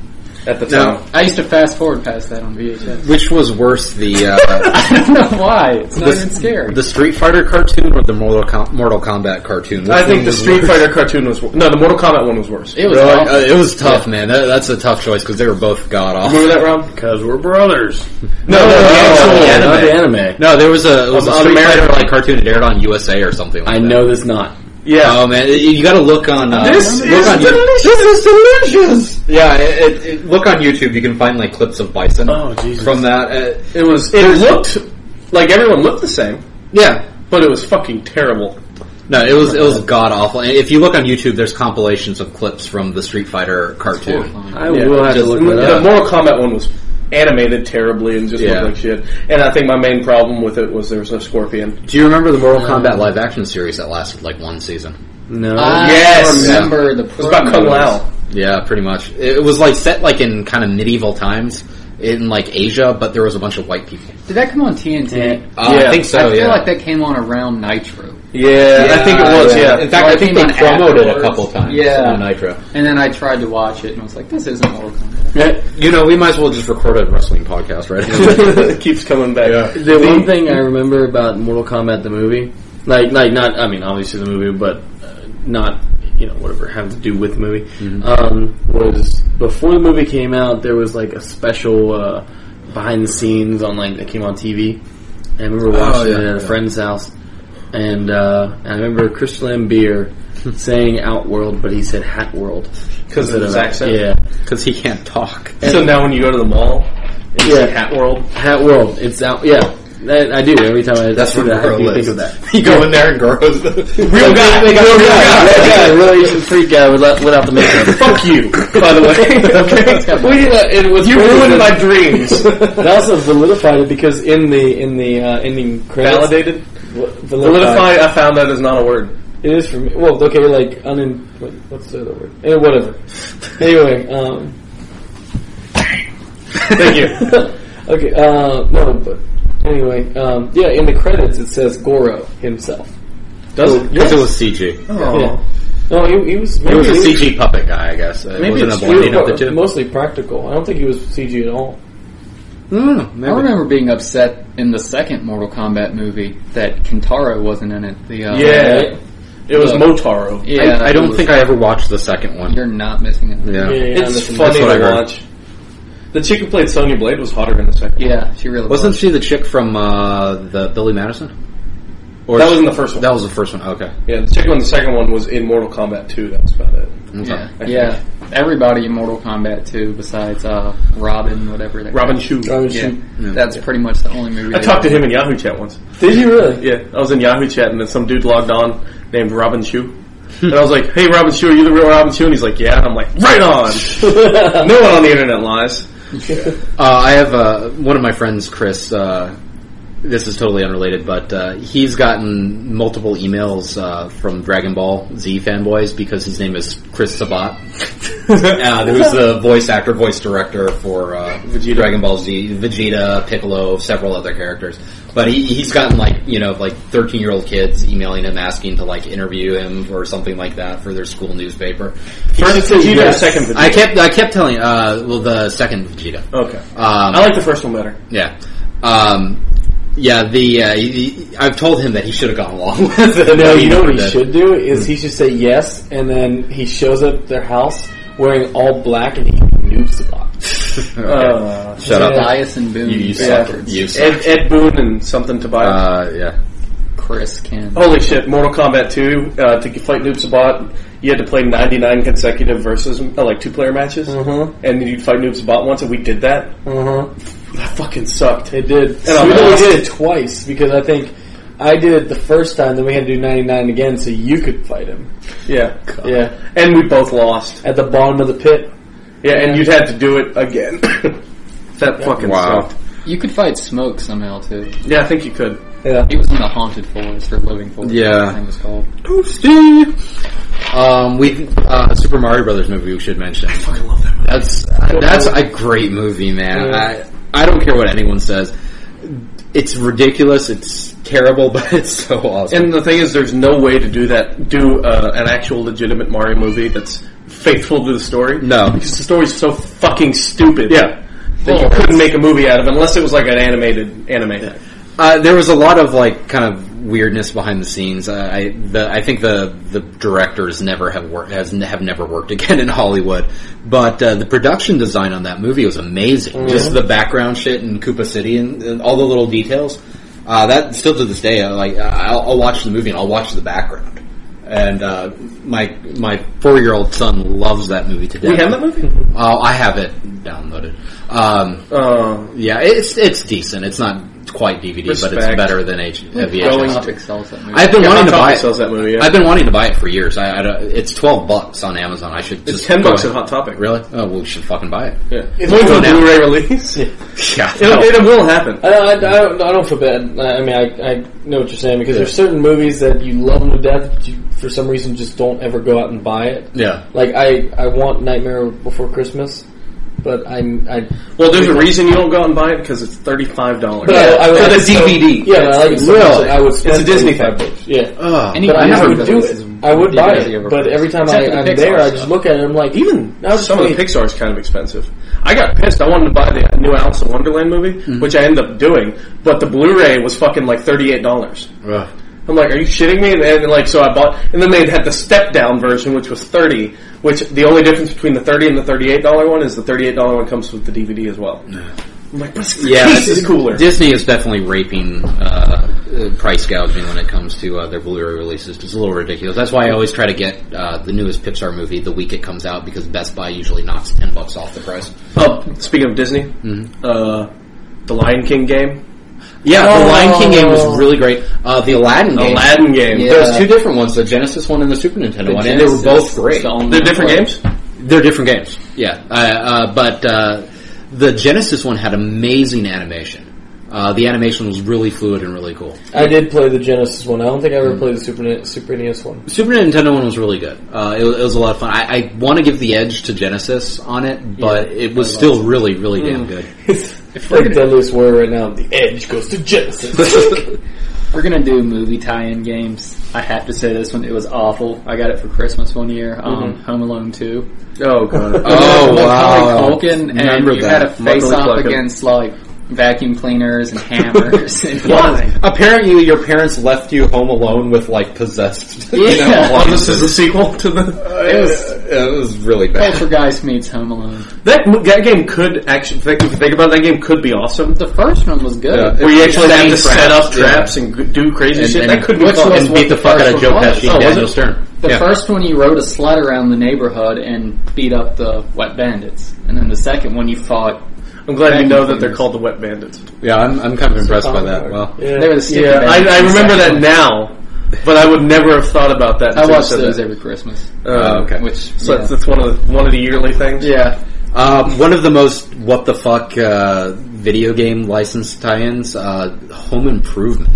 Speaker 2: at the
Speaker 1: Now-
Speaker 2: time.
Speaker 5: I used to fast forward past that on VHS.
Speaker 1: Which was worse, the uh,
Speaker 5: [laughs] I don't [laughs] know why. It's not even
Speaker 1: the,
Speaker 5: scary.
Speaker 1: the Street Fighter cartoon or the Mortal, Com- Mortal Kombat cartoon? Which
Speaker 2: I think
Speaker 1: one
Speaker 2: the
Speaker 1: was
Speaker 2: Street
Speaker 1: worse?
Speaker 2: Fighter cartoon was wor- no, the Mortal Kombat one was worse.
Speaker 5: it was
Speaker 1: Really?
Speaker 5: awful.
Speaker 1: Uh, it was tough, man. That, that's a tough choice because they were both god awful.
Speaker 2: Remember that, Rob?
Speaker 3: Because we're brothers.
Speaker 2: No, no, the
Speaker 1: no,
Speaker 2: actual
Speaker 1: no,
Speaker 3: not
Speaker 1: anime.
Speaker 3: the anime.
Speaker 1: No, there was a it was
Speaker 2: Of
Speaker 1: a Street
Speaker 2: American-
Speaker 1: Fighter like cartoon that aired on USA or something. Like
Speaker 3: I
Speaker 1: that.
Speaker 3: know this not.
Speaker 2: Yeah,
Speaker 1: Oh man, it- you got to look on. Uh,
Speaker 2: This
Speaker 1: look
Speaker 2: is
Speaker 1: on
Speaker 2: delicious.
Speaker 1: This is delicious. Yeah, it, it, it- look on YouTube. You can find like clips of bison
Speaker 3: Oh, Jesus.
Speaker 1: from that. Uh,
Speaker 2: it was. It looked like everyone looked the same,
Speaker 1: yeah,
Speaker 2: but it was fucking terrible.
Speaker 1: no, it was it was god awful. And if you look on YouTube, there's compilations of clips from the Street Fighter cartoon.
Speaker 3: I
Speaker 2: Yeah,
Speaker 3: will have to
Speaker 1: just-
Speaker 3: look
Speaker 2: The
Speaker 3: that up.
Speaker 2: Mortal Kombat one was animated terribly and just
Speaker 1: Yeah.
Speaker 2: looked like shit. And I think my main problem with it was there was no scorpion.
Speaker 1: Do you remember the Mortal Kombat live action series that lasted like one season?
Speaker 3: No.
Speaker 5: I
Speaker 2: Yes.
Speaker 5: remember the
Speaker 2: It was about Kung Lao.
Speaker 1: Yeah, pretty much. It was like set like in kind of medieval times in like Asia, but there was a bunch of white people.
Speaker 5: Did that come on TNT?
Speaker 1: Uh,
Speaker 2: Yeah.
Speaker 1: I think so.
Speaker 5: I feel
Speaker 1: yeah.
Speaker 5: like that came on around Nitro.
Speaker 2: Yeah, I think it was. Yeah,
Speaker 1: In fact, I think they
Speaker 5: Like, came on
Speaker 1: promoted it a
Speaker 5: afterwards.
Speaker 1: couple times
Speaker 5: Yeah.
Speaker 1: on Nitro.
Speaker 5: And then I tried to watch it and was like, this isn't Mortal Kombat.
Speaker 1: You know, we might as well just record a wrestling podcast, [laughs] right?
Speaker 2: [laughs] it keeps coming back.
Speaker 1: Yeah.
Speaker 3: the one thing I remember about Mortal Kombat the movie, like like not I mean obviously the movie, but uh, not you know whatever having to do with the movie, um, was before the movie came out there was like a special uh, behind the scenes on like that came on TV. I remember watching
Speaker 1: yeah,
Speaker 3: it at a
Speaker 1: yeah.
Speaker 3: friend's house, and uh, I remember Crystal and Beer saying "Outworld," but he said "Hat World"
Speaker 2: 'Cause of his accent?
Speaker 3: Yeah,
Speaker 1: Because he can't talk.
Speaker 2: So now when you go to the mall, it's
Speaker 3: Yeah.
Speaker 2: like Hat [laughs] World.
Speaker 3: Hat World. It's out. Yeah, that, I do every time I
Speaker 1: That's
Speaker 3: see
Speaker 1: what
Speaker 3: that. I
Speaker 1: Goro
Speaker 3: do
Speaker 1: is.
Speaker 3: think of that.
Speaker 1: You go in there and grows the real
Speaker 3: guy,
Speaker 1: They got real guy.
Speaker 3: Yeah, really Asian freak guy without, without the makeup.
Speaker 2: [laughs] Fuck you, by the
Speaker 3: [laughs]
Speaker 2: way. okay,
Speaker 3: we, uh, it was
Speaker 2: you
Speaker 3: crazy
Speaker 2: ruined my
Speaker 3: that-
Speaker 2: dreams.
Speaker 3: [laughs] That also solidified it because in the in the uh, ending credits,
Speaker 2: Validated.
Speaker 3: Val-
Speaker 2: Solidify. I found that is not a word.
Speaker 3: It is for me. Well, okay, like unin. What, what's the other word? Eh, whatever. anyway, um, [laughs]
Speaker 2: Thank you.
Speaker 3: okay, uh, no, but anyway, um, yeah. In the credits, it says Goro himself.
Speaker 2: Does it?
Speaker 1: Because it was CG.
Speaker 3: Yeah. No, he, he was.
Speaker 1: It
Speaker 3: Maybe
Speaker 1: was a
Speaker 3: he
Speaker 1: CG puppet guy, I guess. It
Speaker 3: Maybe
Speaker 1: wasn't
Speaker 3: it's
Speaker 1: a blending
Speaker 3: true,
Speaker 1: of the
Speaker 3: but
Speaker 1: two.
Speaker 3: mostly practical. I don't think he was CG at all.
Speaker 1: Mm,
Speaker 5: I remember being upset in the second Mortal Kombat movie that Kentaro wasn't in it. The, uh,
Speaker 2: Yeah. It was
Speaker 5: Look.
Speaker 2: Motaro.
Speaker 5: Yeah,
Speaker 1: I, I
Speaker 5: it
Speaker 1: don't
Speaker 5: was-
Speaker 1: think I ever watched the second one.
Speaker 5: You're not missing it.
Speaker 1: Yeah. That's
Speaker 2: It's funny
Speaker 1: what I
Speaker 2: to
Speaker 1: heard.
Speaker 2: watch. The chick who played Sonya Blade was hotter in the second.
Speaker 5: Yeah, she really
Speaker 1: Wasn't
Speaker 5: was.
Speaker 1: she the chick from uh, the Billy Madison? Or
Speaker 2: That wasn't the first one.
Speaker 1: That was the first one. Okay.
Speaker 2: Yeah, the chick on the second one was in Mortal Kombat 2. That was about it.
Speaker 5: Yeah, yeah. Everybody in Mortal Kombat 2 besides uh, Robin, whatever. That
Speaker 2: Robin Shu.
Speaker 3: Oh,
Speaker 5: Yeah, that's pretty much the only movie.
Speaker 2: I talked to him in Yahoo chat once.
Speaker 3: Did you really?
Speaker 2: Yeah, I was in Yahoo chat and then some dude logged on named Robin Shu. And I was like, hey Robin Shu, are you the real Robin Shu? And he's like, yeah. And I'm like, right on! no one on the internet lies.
Speaker 1: Uh, I have uh, one of my friends, Chris. Uh, this is totally unrelated, but uh, he's gotten multiple emails uh, from Dragon Ball Z fanboys because his name is Chris
Speaker 2: [laughs]
Speaker 1: Sabat, uh, who's the voice actor, voice director for uh, Dragon Ball Z, Vegeta, Piccolo, several other characters. But he, he's gotten like you know like thirteen year old kids emailing him asking to like interview him or something like that for their school newspaper.
Speaker 2: First Vegeta,
Speaker 3: yes.
Speaker 2: second Vegeta.
Speaker 1: I kept I kept telling uh, well the second Vegeta.
Speaker 2: okay.
Speaker 1: Um,
Speaker 2: I like the first one better.
Speaker 1: yeah. Um, yeah, the, uh, he- he- I've told him that he should have gone along [laughs] with it.
Speaker 3: No,
Speaker 1: but
Speaker 3: you know what he Hmm.
Speaker 1: didn't.
Speaker 3: should do is he should say yes, and then he shows up at their house wearing all black and he nukes the box.
Speaker 2: Uh,
Speaker 1: Shut
Speaker 3: Yeah.
Speaker 1: up.
Speaker 5: Dias and Boone.
Speaker 1: You, you
Speaker 2: Yeah.
Speaker 1: suck. You suck.
Speaker 2: Ed, Ed Boone and something Tobias.
Speaker 1: Uh, yeah.
Speaker 5: Chris can.
Speaker 2: Holy shit, Mortal Kombat 2, uh, to fight Noob Sabat, you had to play 99 consecutive versus, uh, like, two-player matches.
Speaker 3: Mm-hmm.
Speaker 2: And you'd fight Noob Sabat once, and we did that. That fucking sucked.
Speaker 6: It did.
Speaker 2: And I'm
Speaker 6: we only
Speaker 2: lost.
Speaker 6: did it twice because I think I did it the first time. Then we had to do 99 again so you could fight him.
Speaker 2: Yeah.
Speaker 6: Yeah,
Speaker 2: And we both lost.
Speaker 6: at the bottom of the pit.
Speaker 2: Yeah, and you'd have to do
Speaker 1: [coughs]
Speaker 2: it again. that fucking
Speaker 1: Wow.
Speaker 2: sucked.
Speaker 5: You could fight Smoke somehow too.
Speaker 2: Yeah, I think you could.
Speaker 6: Yeah.
Speaker 5: He was in the haunted forest or living forest.
Speaker 1: Yeah.
Speaker 5: I think it was called.
Speaker 1: Um, we uh, Super Mario Brothers movie we should mention. I fucking love that movie. That's that's a great movie, man. I I don't care what anyone says. It's ridiculous. It's terrible, [laughs] but it's so awesome.
Speaker 2: And the thing is, there's no way to do that, do uh, an actual legitimate Mario movie that's faithful to the story.
Speaker 1: No.
Speaker 2: Because the story's so fucking stupid.
Speaker 1: Yeah.
Speaker 2: That you couldn't make a movie out of it unless it was like an animated anime.
Speaker 1: Uh, there was a lot of like kind of weirdness behind the scenes. Uh, I the, I think the the directors never have worked has have never worked [laughs] again in Hollywood, but uh, the production design on that movie was amazing.
Speaker 2: Mm-hmm.
Speaker 1: Just the background shit in Koopa City and, and all the little details. Uh, that still to this day, I, like I'll, I'll watch the movie and I'll watch the background. And uh, my my four year old son loves that movie today.
Speaker 2: We have that movie?
Speaker 1: Oh, I have it downloaded. Um,
Speaker 2: Uh,
Speaker 1: yeah, it's it's decent. It's not quite DVD, but it's
Speaker 2: Respect.
Speaker 1: better than H- uh,
Speaker 2: Going-
Speaker 1: VHS.
Speaker 5: Topic sells that movie.
Speaker 1: I've been
Speaker 2: yeah,
Speaker 1: wanting
Speaker 2: Hot
Speaker 1: to buy
Speaker 2: Topic
Speaker 1: it.
Speaker 2: sells that movie. Yeah.
Speaker 1: I've been wanting to buy it for years. I, I don't- it's twelve bucks on Amazon. I should just
Speaker 2: it's ten
Speaker 1: go
Speaker 2: bucks at
Speaker 1: ahead.
Speaker 2: Hot Topic.
Speaker 1: Really? Oh, well, we should fucking buy it.
Speaker 2: Yeah. It's only
Speaker 1: Go
Speaker 2: a
Speaker 1: now.
Speaker 2: Blu-ray release.
Speaker 1: [laughs] Yeah. [laughs]
Speaker 2: It'll, it will happen.
Speaker 6: I, I, I, don't, I don't feel bad. I I mean, I, I know what you're saying because there's certain movies that you love them to death, but you for some reason just don't ever go out and buy it.
Speaker 1: yeah.
Speaker 6: Like I, I want Nightmare Before Christmas, but I'm, I,
Speaker 2: Well, there's a reason you don't go out and buy it because it's thirty-five dollars.
Speaker 6: but I, I would
Speaker 2: for the
Speaker 6: so-
Speaker 2: DVD.
Speaker 6: yeah, but I like it so much
Speaker 1: Really?
Speaker 6: that I would.
Speaker 2: It's
Speaker 6: spend
Speaker 2: a Disney
Speaker 6: $35.
Speaker 2: thing.
Speaker 6: Yeah,
Speaker 1: Ugh.
Speaker 5: Any
Speaker 6: but I,
Speaker 5: Mario
Speaker 6: would do
Speaker 5: Brothers is
Speaker 6: it. I would buy
Speaker 5: DVD
Speaker 6: it, but
Speaker 5: overpriced.
Speaker 6: every time
Speaker 5: Except
Speaker 6: I,
Speaker 5: for the
Speaker 6: I'm
Speaker 5: Pixar
Speaker 6: there, I just
Speaker 5: stuff.
Speaker 6: look at it. and I'm like, even that was
Speaker 2: Some of the
Speaker 6: funny.
Speaker 2: Pixar is kind of expensive. I got pissed. I wanted to buy the new Alice in Wonderland movie, which I ended up doing, but the Blu-ray was fucking like thirty-eight dollars.
Speaker 1: Ugh.
Speaker 2: I'm like, are you shitting me? And, and like, so I bought, and then they had the step down version, which was thirty. Which the only difference between the thirty and the thirty-eight dollar one is the thirty-eight dollar one comes with the DVD as well. I'm like, but it's- the
Speaker 1: Yeah,
Speaker 2: case is cooler.
Speaker 1: Disney is definitely raping uh, uh, price gouging when it comes to uh, their Blu-ray releases. It's a little ridiculous. That's why I always try to get uh, the newest Pixar movie the week it comes out because Best Buy usually knocks ten bucks off the price.
Speaker 2: Oh, speaking of Disney, uh, the Lion King game,
Speaker 1: Yeah, the Lion King game
Speaker 6: Oh.
Speaker 1: was really great. Uh, the Aladdin
Speaker 2: the
Speaker 1: game.
Speaker 2: Aladdin game.
Speaker 1: There There's two different ones: the Genesis one and the Super Nintendo one, and they were both great.
Speaker 2: They're different games.
Speaker 1: They're different games. Yeah, uh, uh, but uh, the Genesis one had amazing animation. Uh, the animation was really fluid and really cool.
Speaker 6: I did play the Genesis one. I don't think I
Speaker 2: Mm.
Speaker 6: ever played the Super Ni- Super NES one.
Speaker 1: Super Nintendo one was really good. Uh, it, was- it was a lot of fun. I, I want to give the edge to Genesis on it, but it Mm. was still really, really damn good.
Speaker 6: It's like the deadliest word right now. The Edge goes to Genesis.
Speaker 5: We're gonna do movie tie-in games. I have to say this one. It was awful. I got it for Christmas one year. Um,
Speaker 2: Mm-hmm.
Speaker 5: Home Alone two.
Speaker 1: [laughs]
Speaker 2: Oh god.
Speaker 1: Oh, wow.
Speaker 5: Macaulay Culkin, and
Speaker 1: Remember
Speaker 5: you
Speaker 1: that.
Speaker 5: had a face
Speaker 2: Macaulay
Speaker 5: off
Speaker 2: Culkin.
Speaker 5: against like vacuum cleaners
Speaker 1: [laughs]
Speaker 5: and hammers. [laughs] and
Speaker 1: Apparently, your parents left you home alone with like
Speaker 2: [laughs]
Speaker 1: possessed. you know,
Speaker 5: Yeah.
Speaker 1: appliances.
Speaker 2: this is a sequel to the.
Speaker 1: it was it was really bad.
Speaker 5: Poltergeist meets Home Alone.
Speaker 2: That mo- that game could actually. Think, if you think about it, that game could be awesome.
Speaker 5: The first one was good.
Speaker 1: Yeah.
Speaker 2: Where you actually have to
Speaker 1: Traps,
Speaker 2: set up
Speaker 1: yeah.
Speaker 2: traps and g- do crazy shit. that could be
Speaker 5: which
Speaker 2: fun.
Speaker 5: was
Speaker 1: and beat the fuck out of Joe
Speaker 5: First
Speaker 1: Pesci
Speaker 5: one.
Speaker 1: and
Speaker 5: Oh, was
Speaker 1: Daniel
Speaker 5: it?
Speaker 1: Stern.
Speaker 5: The
Speaker 1: Yeah.
Speaker 5: first one you rode a sled around the neighborhood and beat up the wet bandits, and then the second one you fought.
Speaker 2: I'm glad you know that they're
Speaker 5: Vacuum
Speaker 2: called the Wet Bandits.
Speaker 1: Yeah, I'm, I'm kind of impressed by that. Well,
Speaker 5: They were the sticky
Speaker 2: Yeah, I,
Speaker 5: bandits
Speaker 2: I
Speaker 5: in the
Speaker 2: remember
Speaker 5: second
Speaker 2: that
Speaker 5: one.
Speaker 2: now, but I would never have thought about that.
Speaker 5: I
Speaker 2: until you
Speaker 5: watch
Speaker 2: said
Speaker 5: those
Speaker 2: that.
Speaker 5: every Christmas.
Speaker 2: Uh,
Speaker 1: Oh, okay.
Speaker 5: Which
Speaker 2: So
Speaker 5: yeah.
Speaker 2: that's, that's one of the one of the yearly things.
Speaker 5: yeah.
Speaker 1: Uh, one of the most what the fuck uh, video game license tie-ins, uh, Home Improvement.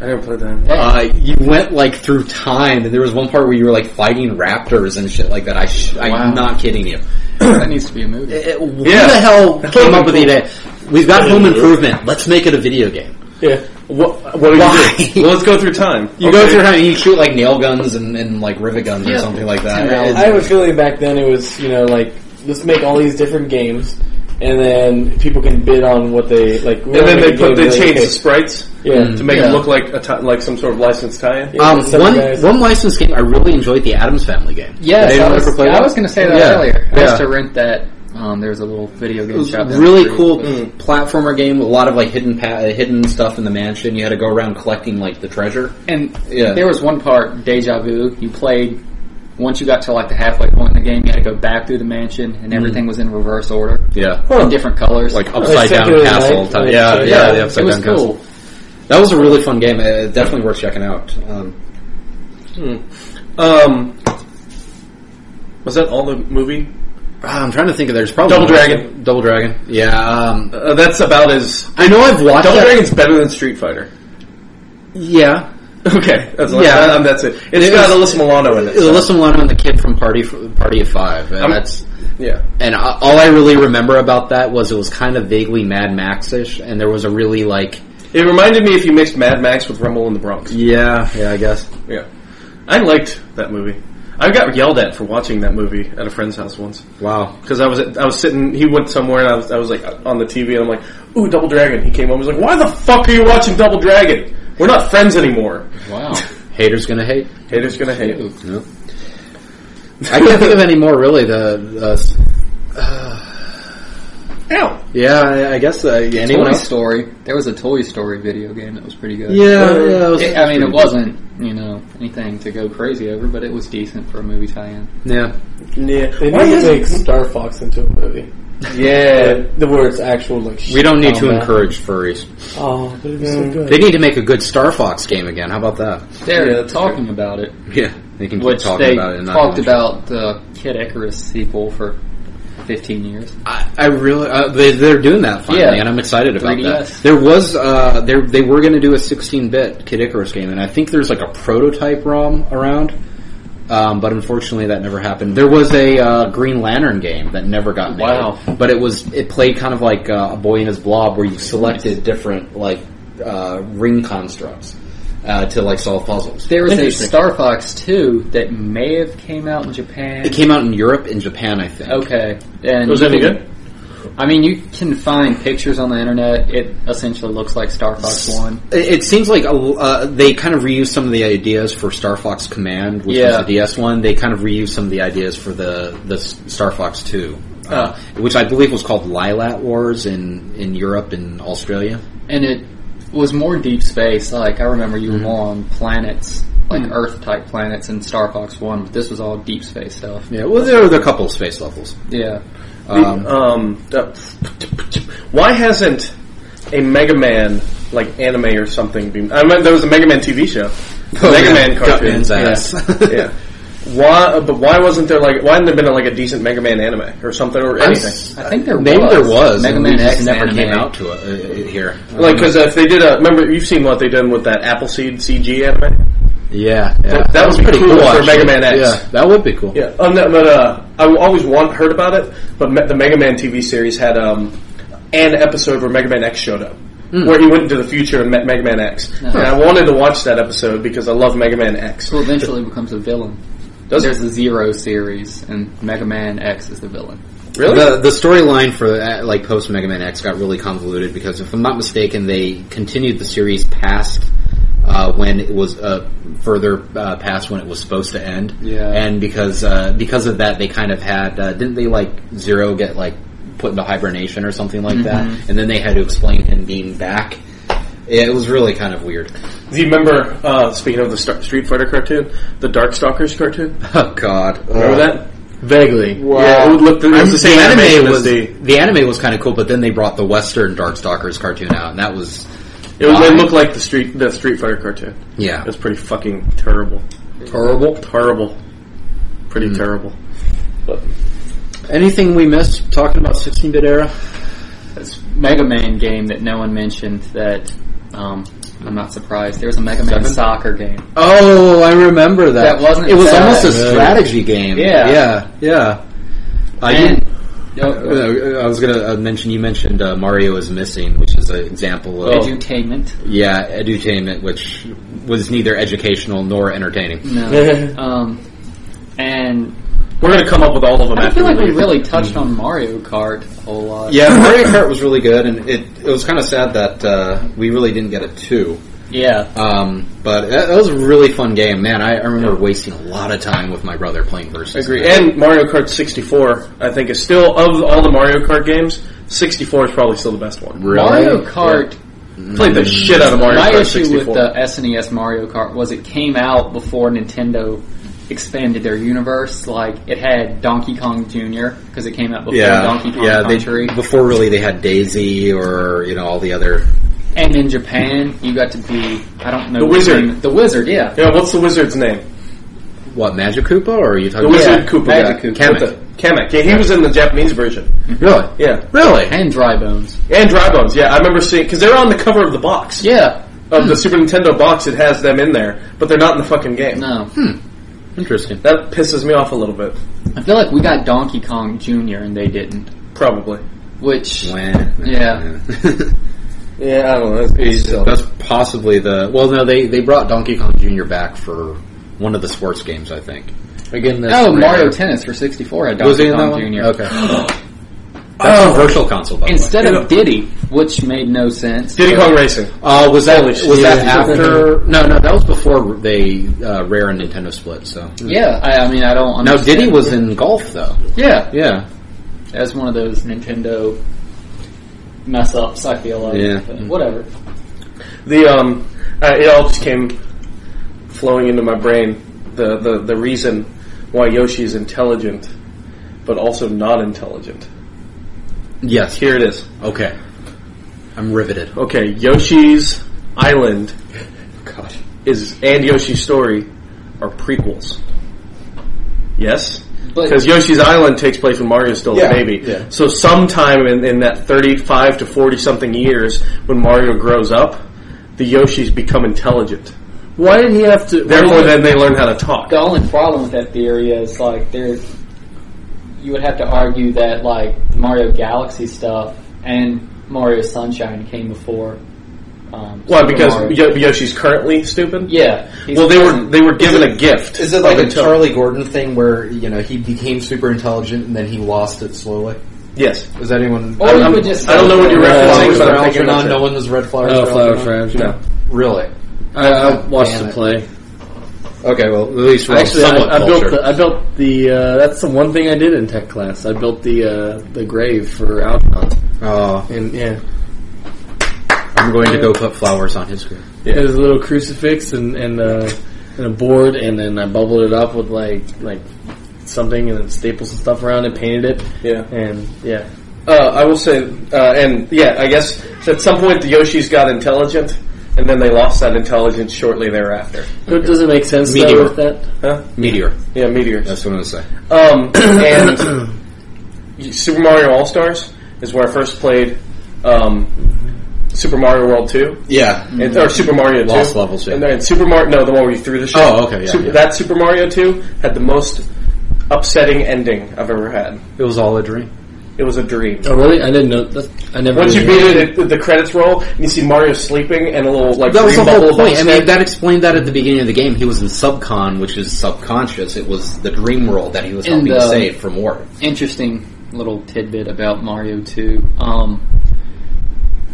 Speaker 2: I never played that.
Speaker 1: Uh, you went like through time, and there was one part where you were like fighting raptors and shit like that. I sh-
Speaker 5: Wow.
Speaker 1: I'm not kidding you.
Speaker 5: that needs to be a movie.
Speaker 1: It- Who
Speaker 2: Yeah.
Speaker 1: the hell came up with the idea? We've got Home Improvement. Let's make it a video game.
Speaker 6: yeah.
Speaker 2: What? What do
Speaker 1: Why?
Speaker 2: you
Speaker 1: [laughs]
Speaker 2: do? Well, [laughs] let's go through time.
Speaker 1: You go through time and you shoot like nail guns and, and like rivet guns or something like that. It's-
Speaker 6: I have a feeling back then it was, you know, like, let's make all these different games, and then people can bid on what they, like,
Speaker 2: and then they put they Mm. Um, change the sprites
Speaker 6: Yeah.
Speaker 2: to make
Speaker 5: Yeah.
Speaker 2: it look like a ti like some sort of licensed tie-in.
Speaker 1: Um,
Speaker 6: Some
Speaker 1: one
Speaker 6: guys-
Speaker 1: one licensed game I really enjoyed the Adams Family game.
Speaker 5: Yes,
Speaker 1: Anyone
Speaker 5: I was,
Speaker 1: ever play
Speaker 5: I
Speaker 1: that?
Speaker 5: was going to say that
Speaker 1: Yeah.
Speaker 5: earlier. I
Speaker 1: Yeah.
Speaker 5: used to rent that Um, there was a little video
Speaker 1: It
Speaker 5: game
Speaker 1: was
Speaker 5: shop.
Speaker 1: a
Speaker 5: down
Speaker 1: really
Speaker 5: the street.
Speaker 1: cool platformer game. A lot of like hidden pa- uh, hidden stuff in the mansion. You had to go around collecting like the treasure.
Speaker 5: And
Speaker 1: Yeah.
Speaker 5: there was one part, Deja Vu, you played, once you got to like the halfway point in the game, you had to go back through the mansion and everything was in reverse order.
Speaker 1: Yeah,
Speaker 5: In different colors.
Speaker 1: Mm. like upside down
Speaker 6: Second
Speaker 1: castle.
Speaker 6: Night,
Speaker 1: type-
Speaker 6: like,
Speaker 1: yeah, yeah,
Speaker 5: yeah,
Speaker 1: the
Speaker 5: it
Speaker 1: upside
Speaker 5: was
Speaker 1: down castle.
Speaker 5: cool.
Speaker 1: That was a really fun game. Uh, definitely worth checking out. Um,
Speaker 2: Um, was that all the movie?
Speaker 1: Ah, I'm trying to think of. There's probably
Speaker 2: Double Dragon.
Speaker 1: Double Dragon. Yeah, um,
Speaker 2: Uh, that's about as
Speaker 1: I know I've watched.
Speaker 2: Double
Speaker 1: that-
Speaker 2: Dragon's better than Street
Speaker 1: [laughs]
Speaker 2: Fighter.
Speaker 1: Yeah,
Speaker 2: Okay, that's
Speaker 1: Yeah.
Speaker 2: yeah, um, that's it. It's
Speaker 1: It
Speaker 2: got
Speaker 1: was-
Speaker 2: Alyssa Milano in it. so-
Speaker 1: Uh, Alyssa Milano and the kid from Party Party of Five. And
Speaker 2: I'm-
Speaker 1: that's
Speaker 2: Yeah,
Speaker 1: and I- all I really remember about that was it was kind of vaguely Mad Max-ish, and there was a really like.
Speaker 2: it reminded me if you mixed Mad Max with Rumble in the
Speaker 1: Mm.
Speaker 2: Bronx.
Speaker 1: Yeah, yeah, I guess.
Speaker 2: Yeah, I liked that movie. I got yelled at for watching that movie at a friend's house once
Speaker 1: Wow.
Speaker 2: because I was at, I was sitting. He went somewhere and I was I was like on the TV and I'm like, "Ooh, Double Dragon." He came home. He was like, "Why the fuck are you watching Double Dragon? We're not friends anymore."
Speaker 1: [laughs]
Speaker 5: Wow.
Speaker 1: Haters gonna [laughs] hate.
Speaker 2: Haters gonna hate.
Speaker 1: No. I can't think of any more really. The, the
Speaker 2: Ow.
Speaker 1: yeah, I, I guess uh, anyone
Speaker 5: Toy
Speaker 1: else.
Speaker 5: Story. There was a Toy Story video game that was pretty good.
Speaker 1: Yeah, yeah. it was-
Speaker 5: It- I mean, it wasn't, you know, anything to go crazy over, but it was decent for a movie tie-in.
Speaker 1: Yeah,
Speaker 2: Yeah.
Speaker 6: They
Speaker 2: Why
Speaker 6: need
Speaker 2: is
Speaker 6: to make Star Fox into a movie.
Speaker 2: Yeah.
Speaker 6: The where it's actual like.
Speaker 1: we don't need to
Speaker 6: combat.
Speaker 1: encourage furries.
Speaker 6: Oh, but it'd be so good.
Speaker 1: Oh, They need to make a good Star Fox game again. How about that?
Speaker 5: They're
Speaker 2: Yeah, that's
Speaker 5: talking about it,
Speaker 1: Yeah, they can keep
Speaker 5: which
Speaker 1: talking
Speaker 5: they
Speaker 1: about it. And not
Speaker 5: talked
Speaker 1: mention it.
Speaker 5: about the Kid Icarus sequel for 15 years.
Speaker 1: I, I really uh, they, they're doing that finally,
Speaker 5: Yeah.
Speaker 1: and I'm excited about that.
Speaker 5: 3DS.
Speaker 1: There was uh, there they were going to do a 16-bit Kid Icarus game, and I think there's like a prototype ROM around, um, but unfortunately that never happened. There was a uh, Green Lantern game that never got made,
Speaker 5: Wow.
Speaker 1: but it was it played kind of like uh, a Boy in His Blob, where you selected different like uh, ring constructs uh, to like solve puzzles.
Speaker 5: There was a
Speaker 1: Interesting.
Speaker 5: Star Fox 2 that may have came out in Japan.
Speaker 1: It came out in Europe and Japan, I think.
Speaker 5: Okay. And
Speaker 2: Was
Speaker 5: you
Speaker 2: it any
Speaker 5: can-
Speaker 2: good?
Speaker 5: I mean, you can find pictures on the internet. It essentially looks like Star Fox 1.
Speaker 1: It it seems like a l uh, they kind of reused some of the ideas for Star Fox Command, which was
Speaker 5: Yeah.
Speaker 1: the DS one. They kind of reused some of the ideas for the the S- Star Fox Two, uh,
Speaker 2: Oh.
Speaker 1: which I believe was called Lilat Wars in in Europe and Australia.
Speaker 5: and it was more deep space. Like I remember you were more on planets, like Earth type planets in Star Fox One, but this was all deep space stuff.
Speaker 1: Yeah, well, there were a couple of space levels.
Speaker 5: Yeah,
Speaker 1: Um,
Speaker 2: Um, uh, why hasn't a Mega Man like anime or something? Been, I remember there was a Mega Man TV [laughs] show,
Speaker 1: Oh,
Speaker 2: The Mega Man cartoon.
Speaker 1: Gutman's ass.
Speaker 2: Yeah. yeah. Why? uh, But why wasn't there like? Why hadn't there been like a decent Mega Man anime or something or [laughs] anything?
Speaker 5: I think there
Speaker 1: Maybe
Speaker 5: was.
Speaker 1: there was.
Speaker 5: Mega
Speaker 1: and we
Speaker 5: Man
Speaker 1: just
Speaker 5: X
Speaker 1: never
Speaker 5: anime.
Speaker 1: came out to it uh, here.
Speaker 2: Like, because if they did a, remember you've seen what they done with that Appleseed CG anime.
Speaker 1: yeah, yeah.
Speaker 2: that would be cool for Mega Man X.
Speaker 1: Yeah, that would be cool.
Speaker 2: Yeah, um, that, but uh, I always want heard about it. But me- the Mega Man TV series had um, an episode where Mega Man X showed up, where he went into the future and met Mega Man X. And I wanted to watch that episode because I love Mega Man X.
Speaker 5: Who eventually becomes a villain.
Speaker 2: Does
Speaker 5: There's the Zero series, and Mega Man X is the villain.
Speaker 2: Really?
Speaker 1: The the storyline for uh, like post Mega Man X got really convoluted because if I'm not mistaken, they continued the series past uh, when it was uh, further uh, past when it was supposed to end.
Speaker 5: Yeah.
Speaker 1: And because uh, because of that, they kind of had uh, didn't they like Zero get like put into hibernation or something like
Speaker 2: Mm-hmm.
Speaker 1: that, and then they had to explain him being back. It was really kind of
Speaker 2: [laughs]
Speaker 1: weird.
Speaker 2: Do you remember? Uh, speaking of the Star- Street Fighter cartoon, the Darkstalkers cartoon.
Speaker 1: Oh God!
Speaker 2: Remember
Speaker 1: Ugh.
Speaker 2: that?
Speaker 6: Vaguely.
Speaker 2: Yeah, it would look. It
Speaker 1: I'm-
Speaker 2: was the same animation
Speaker 1: anime
Speaker 2: as
Speaker 1: was
Speaker 2: the.
Speaker 1: the anime was kind of cool, but then they brought the Western Darkstalkers cartoon out, and that was
Speaker 2: It, was,
Speaker 1: Why?
Speaker 2: it looked like the Street the Street Fighter cartoon.
Speaker 1: yeah,
Speaker 2: It was pretty fucking terrible.
Speaker 1: horrible.
Speaker 2: Terrible. Pretty terrible.
Speaker 1: Anything we missed talking about 16-bit era?
Speaker 5: It's Mega Man game that no one mentioned. That um, I'm not surprised. There was a Mega Man soccer game.
Speaker 1: Oh, I remember that.
Speaker 5: That wasn't
Speaker 1: It was
Speaker 5: bad.
Speaker 1: almost a strategy game.
Speaker 5: Yeah.
Speaker 1: yeah, yeah. I
Speaker 5: And oh,
Speaker 1: didn't- uh, I was gonna uh, mention you mentioned uh, Mario is missing, which is an example
Speaker 5: Oh.
Speaker 1: of
Speaker 5: edutainment.
Speaker 1: yeah edutainment, which was neither educational nor
Speaker 5: [laughs]
Speaker 1: entertaining. [laughs]
Speaker 5: No. um, and
Speaker 2: We're gonna come up with all of them.
Speaker 5: I don't
Speaker 2: after
Speaker 5: feel like we
Speaker 2: leave.
Speaker 5: really touched on Mario Kart a whole lot.
Speaker 1: Yeah, Mario Kart was really good, and it it was kind of sad that uh, we really didn't get a two.
Speaker 5: Yeah.
Speaker 1: Um, but that, that was a really fun game, man. I, I remember wasting a lot of time with my brother playing versus.
Speaker 2: Agree. And Mario Kart 64, I think, is still of all the Mario Kart games, 64 is probably still the best one.
Speaker 1: Really?
Speaker 5: Mario Kart.
Speaker 2: Played the shit out of Mario
Speaker 5: My
Speaker 2: Kart
Speaker 5: issue
Speaker 2: 64.
Speaker 5: with the SNES E Mario Kart was it came out before Nintendo expanded their universe. Like it had Donkey Kong Jr. because it came out before
Speaker 1: Yeah,
Speaker 5: Donkey Kong
Speaker 1: yeah. They,
Speaker 5: Country.
Speaker 1: before really, they had Daisy or you know all the other.
Speaker 5: and in Japan, you got to be I don't know
Speaker 2: The
Speaker 5: what
Speaker 2: Wizard.
Speaker 5: name- the wizard. Yeah,
Speaker 2: yeah, what's the wizard's name?
Speaker 1: What Magic Koopa? Or are you
Speaker 2: The
Speaker 1: talking?
Speaker 2: wizard
Speaker 5: Yeah,
Speaker 2: Koopa
Speaker 5: Magic
Speaker 2: guy.
Speaker 5: Koopa.
Speaker 2: With the- Kamek. Yeah, he was in the Japanese version.
Speaker 1: Really?
Speaker 2: Yeah.
Speaker 1: Really?
Speaker 5: and Dry Bones.
Speaker 2: And Dry Bones, yeah. I remember seeing, because they're on the cover of the box.
Speaker 5: Yeah,
Speaker 2: Of the Super Nintendo box, it has them in there, but they're not in the fucking game.
Speaker 5: no,
Speaker 1: Interesting.
Speaker 2: That pisses me off a little bit.
Speaker 5: I feel like we got Donkey Kong Jr. and they didn't.
Speaker 2: Probably.
Speaker 1: [laughs]
Speaker 5: Which
Speaker 1: Yeah.
Speaker 2: Yeah, I don't know. That's, it's still-
Speaker 1: That's possibly the. Well, no, they they brought Donkey Kong Jr. back for one of the sports games, I think. Again, this
Speaker 5: oh,
Speaker 1: rare-
Speaker 5: Mario Tennis for 64 had Donkey
Speaker 1: was he in that
Speaker 5: Kong
Speaker 1: one?
Speaker 5: Jr. [gasps]
Speaker 1: Okay. That's a virtual console, by the way.
Speaker 5: Instead of Diddy, which made no sense.
Speaker 2: Diddy Kong Racing.
Speaker 1: Uh, was that was that
Speaker 6: Yeah.
Speaker 1: after? No, no, that was before they uh, Rare and Nintendo split. So
Speaker 5: Yeah, I, I mean, I don't.
Speaker 1: now
Speaker 5: Understand.
Speaker 1: Diddy was in golf though.
Speaker 5: Yeah,
Speaker 1: Yeah,
Speaker 5: as one of those Nintendo mess ups. I feel like.
Speaker 1: Yeah.
Speaker 5: But whatever.
Speaker 2: The um, uh, it all just came flowing into my brain. The, the the reason why Yoshi is intelligent, but also not intelligent.
Speaker 1: yes.
Speaker 2: Here it is.
Speaker 1: Okay, I'm riveted.
Speaker 2: Okay, Yoshi's Island [laughs]
Speaker 1: God.
Speaker 2: is and Yoshi's Story are prequels. Yes,
Speaker 5: But-
Speaker 2: because Yoshi's Island takes place when Mario's still
Speaker 6: Yeah,
Speaker 2: a baby.
Speaker 6: yeah.
Speaker 2: So sometime in, in that thirty-five to forty-something years, when Mario grows up, the Yoshi's become intelligent.
Speaker 6: Why did he have to?
Speaker 2: Therefore, then they learn how to talk.
Speaker 5: The only problem with that theory is like there. You would have to argue that like the Mario Galaxy stuff and Mario Sunshine came before. Um,
Speaker 2: Why?
Speaker 5: Super
Speaker 2: Because
Speaker 5: Mario.
Speaker 2: Yo- Yoshi's currently stupid.
Speaker 5: yeah. he's
Speaker 2: Well, they were
Speaker 5: present.
Speaker 2: they were given a gift.
Speaker 1: Is it like
Speaker 2: of
Speaker 1: a
Speaker 2: intel-
Speaker 1: Charlie Gordon thing where you know he became super intelligent and then he lost it slowly?
Speaker 2: Yes.
Speaker 1: Is anyone?
Speaker 5: Or you would just
Speaker 2: I don't know what you're
Speaker 5: Uh,
Speaker 2: referencing,
Speaker 1: Flowers
Speaker 2: but
Speaker 1: for
Speaker 2: I'm thinking
Speaker 1: Algernon.
Speaker 2: that's
Speaker 1: No
Speaker 2: it.
Speaker 1: one was red flowers.
Speaker 6: Oh,
Speaker 1: for
Speaker 6: Flower
Speaker 1: Algernon?
Speaker 6: Frames.
Speaker 2: No.
Speaker 1: Really?
Speaker 6: I, I watched
Speaker 1: Damn
Speaker 6: the
Speaker 1: it.
Speaker 6: play.
Speaker 1: Oh, Okay. Well, at least we're
Speaker 6: Actually,
Speaker 1: somewhat
Speaker 6: I, I built
Speaker 1: cultured.
Speaker 6: the. I built the. Uh, that's the one thing I did in tech class. I built the uh, the grave for Algernon.
Speaker 1: Oh,
Speaker 6: And yeah,
Speaker 1: I'm going to go put flowers on his grave.
Speaker 6: it was a little crucifix and and, uh, and a board, and then I bubbled it up with like like something, and then staples and stuff around it, painted it,
Speaker 2: Yeah.
Speaker 6: and yeah.
Speaker 2: Uh, I will say, uh, and yeah, I guess at some point the Yoshi's got intelligent, and then they lost that intelligence shortly thereafter.
Speaker 6: But does it make sense
Speaker 1: Meteor.
Speaker 6: though with that?
Speaker 2: Huh?
Speaker 1: Meteor.
Speaker 2: Yeah, meteors.
Speaker 1: That's what I'm gonna say.
Speaker 2: [coughs] Um, and Super Mario All Stars is where I first played um, Super Mario World Two.
Speaker 1: Yeah.
Speaker 2: And, or Super Mario 2.
Speaker 1: Mm-hmm. Lost levels, yeah.
Speaker 2: And then Super Mario, no, the one where you threw the shit.
Speaker 1: Oh, okay, yeah,
Speaker 2: Super-
Speaker 1: yeah.
Speaker 2: That Super Mario 2 had the most upsetting ending I've ever had.
Speaker 1: It was all a dream.
Speaker 2: It was a dream.
Speaker 6: Oh really? I didn't know. That, I never.
Speaker 2: Once you
Speaker 6: knew
Speaker 2: beat
Speaker 6: that.
Speaker 2: it, it, the credits roll, and you see Mario sleeping and a little, like,
Speaker 1: That was the
Speaker 2: green
Speaker 1: whole
Speaker 2: bubble
Speaker 1: point. I mean,
Speaker 2: above his head.
Speaker 1: that explained that at the beginning of the game. He was in subcon, which is subconscious. It was the dream world that he was
Speaker 5: In
Speaker 1: helping
Speaker 5: the-
Speaker 1: to save from war.
Speaker 5: interesting little tidbit about Mario 2. Um,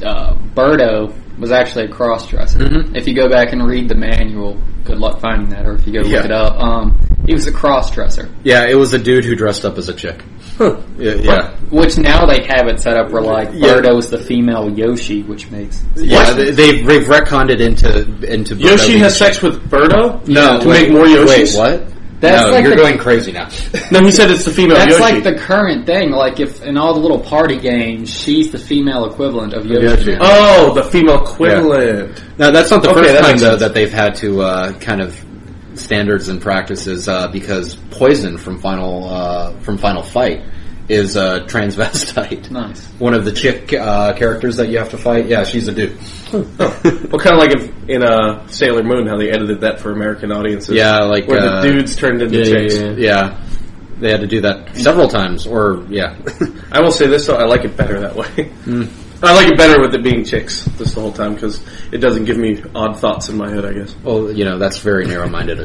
Speaker 5: uh, Birdo was actually a cross dresser.
Speaker 2: Mm-hmm.
Speaker 5: If you go back and read the manual, good luck finding that, or if you go
Speaker 1: Yeah.
Speaker 5: look it up, um, he was a cross dresser.
Speaker 1: Yeah, it was a dude who dressed up as a chick. Yeah, yeah,
Speaker 5: Which now they have it set up where, like,
Speaker 2: Yeah.
Speaker 5: Birdo is the female Yoshi, which makes.
Speaker 1: yeah. They, they've, they've retconned it into into
Speaker 2: Yoshi
Speaker 1: Birdo
Speaker 2: has
Speaker 1: being-
Speaker 2: sex with Birdo?
Speaker 1: no
Speaker 2: To
Speaker 1: wait,
Speaker 2: make more
Speaker 1: Wait,
Speaker 2: Yoshis?
Speaker 1: what?
Speaker 5: That's
Speaker 1: no,
Speaker 5: like
Speaker 1: you're
Speaker 5: the-
Speaker 1: going crazy now.
Speaker 2: No, he said it's the female
Speaker 5: That's
Speaker 2: Yoshi.
Speaker 5: like the current thing. Like, if in all the little party games, she's the female equivalent of Yoshi.
Speaker 1: Yoshi.
Speaker 2: oh, the female equivalent.
Speaker 1: Uh, No, that's not the
Speaker 2: Okay,
Speaker 1: first
Speaker 2: that
Speaker 1: time
Speaker 2: makes
Speaker 1: though
Speaker 2: sense.
Speaker 1: that they've had to uh, kind of standards and practices uh, because Poison from Final uh, from Final Fight is a
Speaker 2: [laughs]
Speaker 1: transvestite.
Speaker 5: Nice.
Speaker 1: One of the chick uh, characters that you have to fight. Yeah, she's a dude.
Speaker 2: Oh, Well, kind of like if, in uh, Sailor Moon, how they edited that for American audiences.
Speaker 1: Yeah, like
Speaker 2: Where
Speaker 1: uh,
Speaker 2: the dudes turned into
Speaker 6: Yeah, yeah,
Speaker 2: chicks.
Speaker 6: yeah.
Speaker 1: Yeah, they had to do that several times. Or yeah, [laughs]
Speaker 2: I will say this though, I like it better that way.
Speaker 1: Hmm.
Speaker 2: [laughs] I like it better with it being chicks just the whole time because it doesn't give me odd thoughts in my head. I guess.
Speaker 1: well, you know that's very narrow-minded.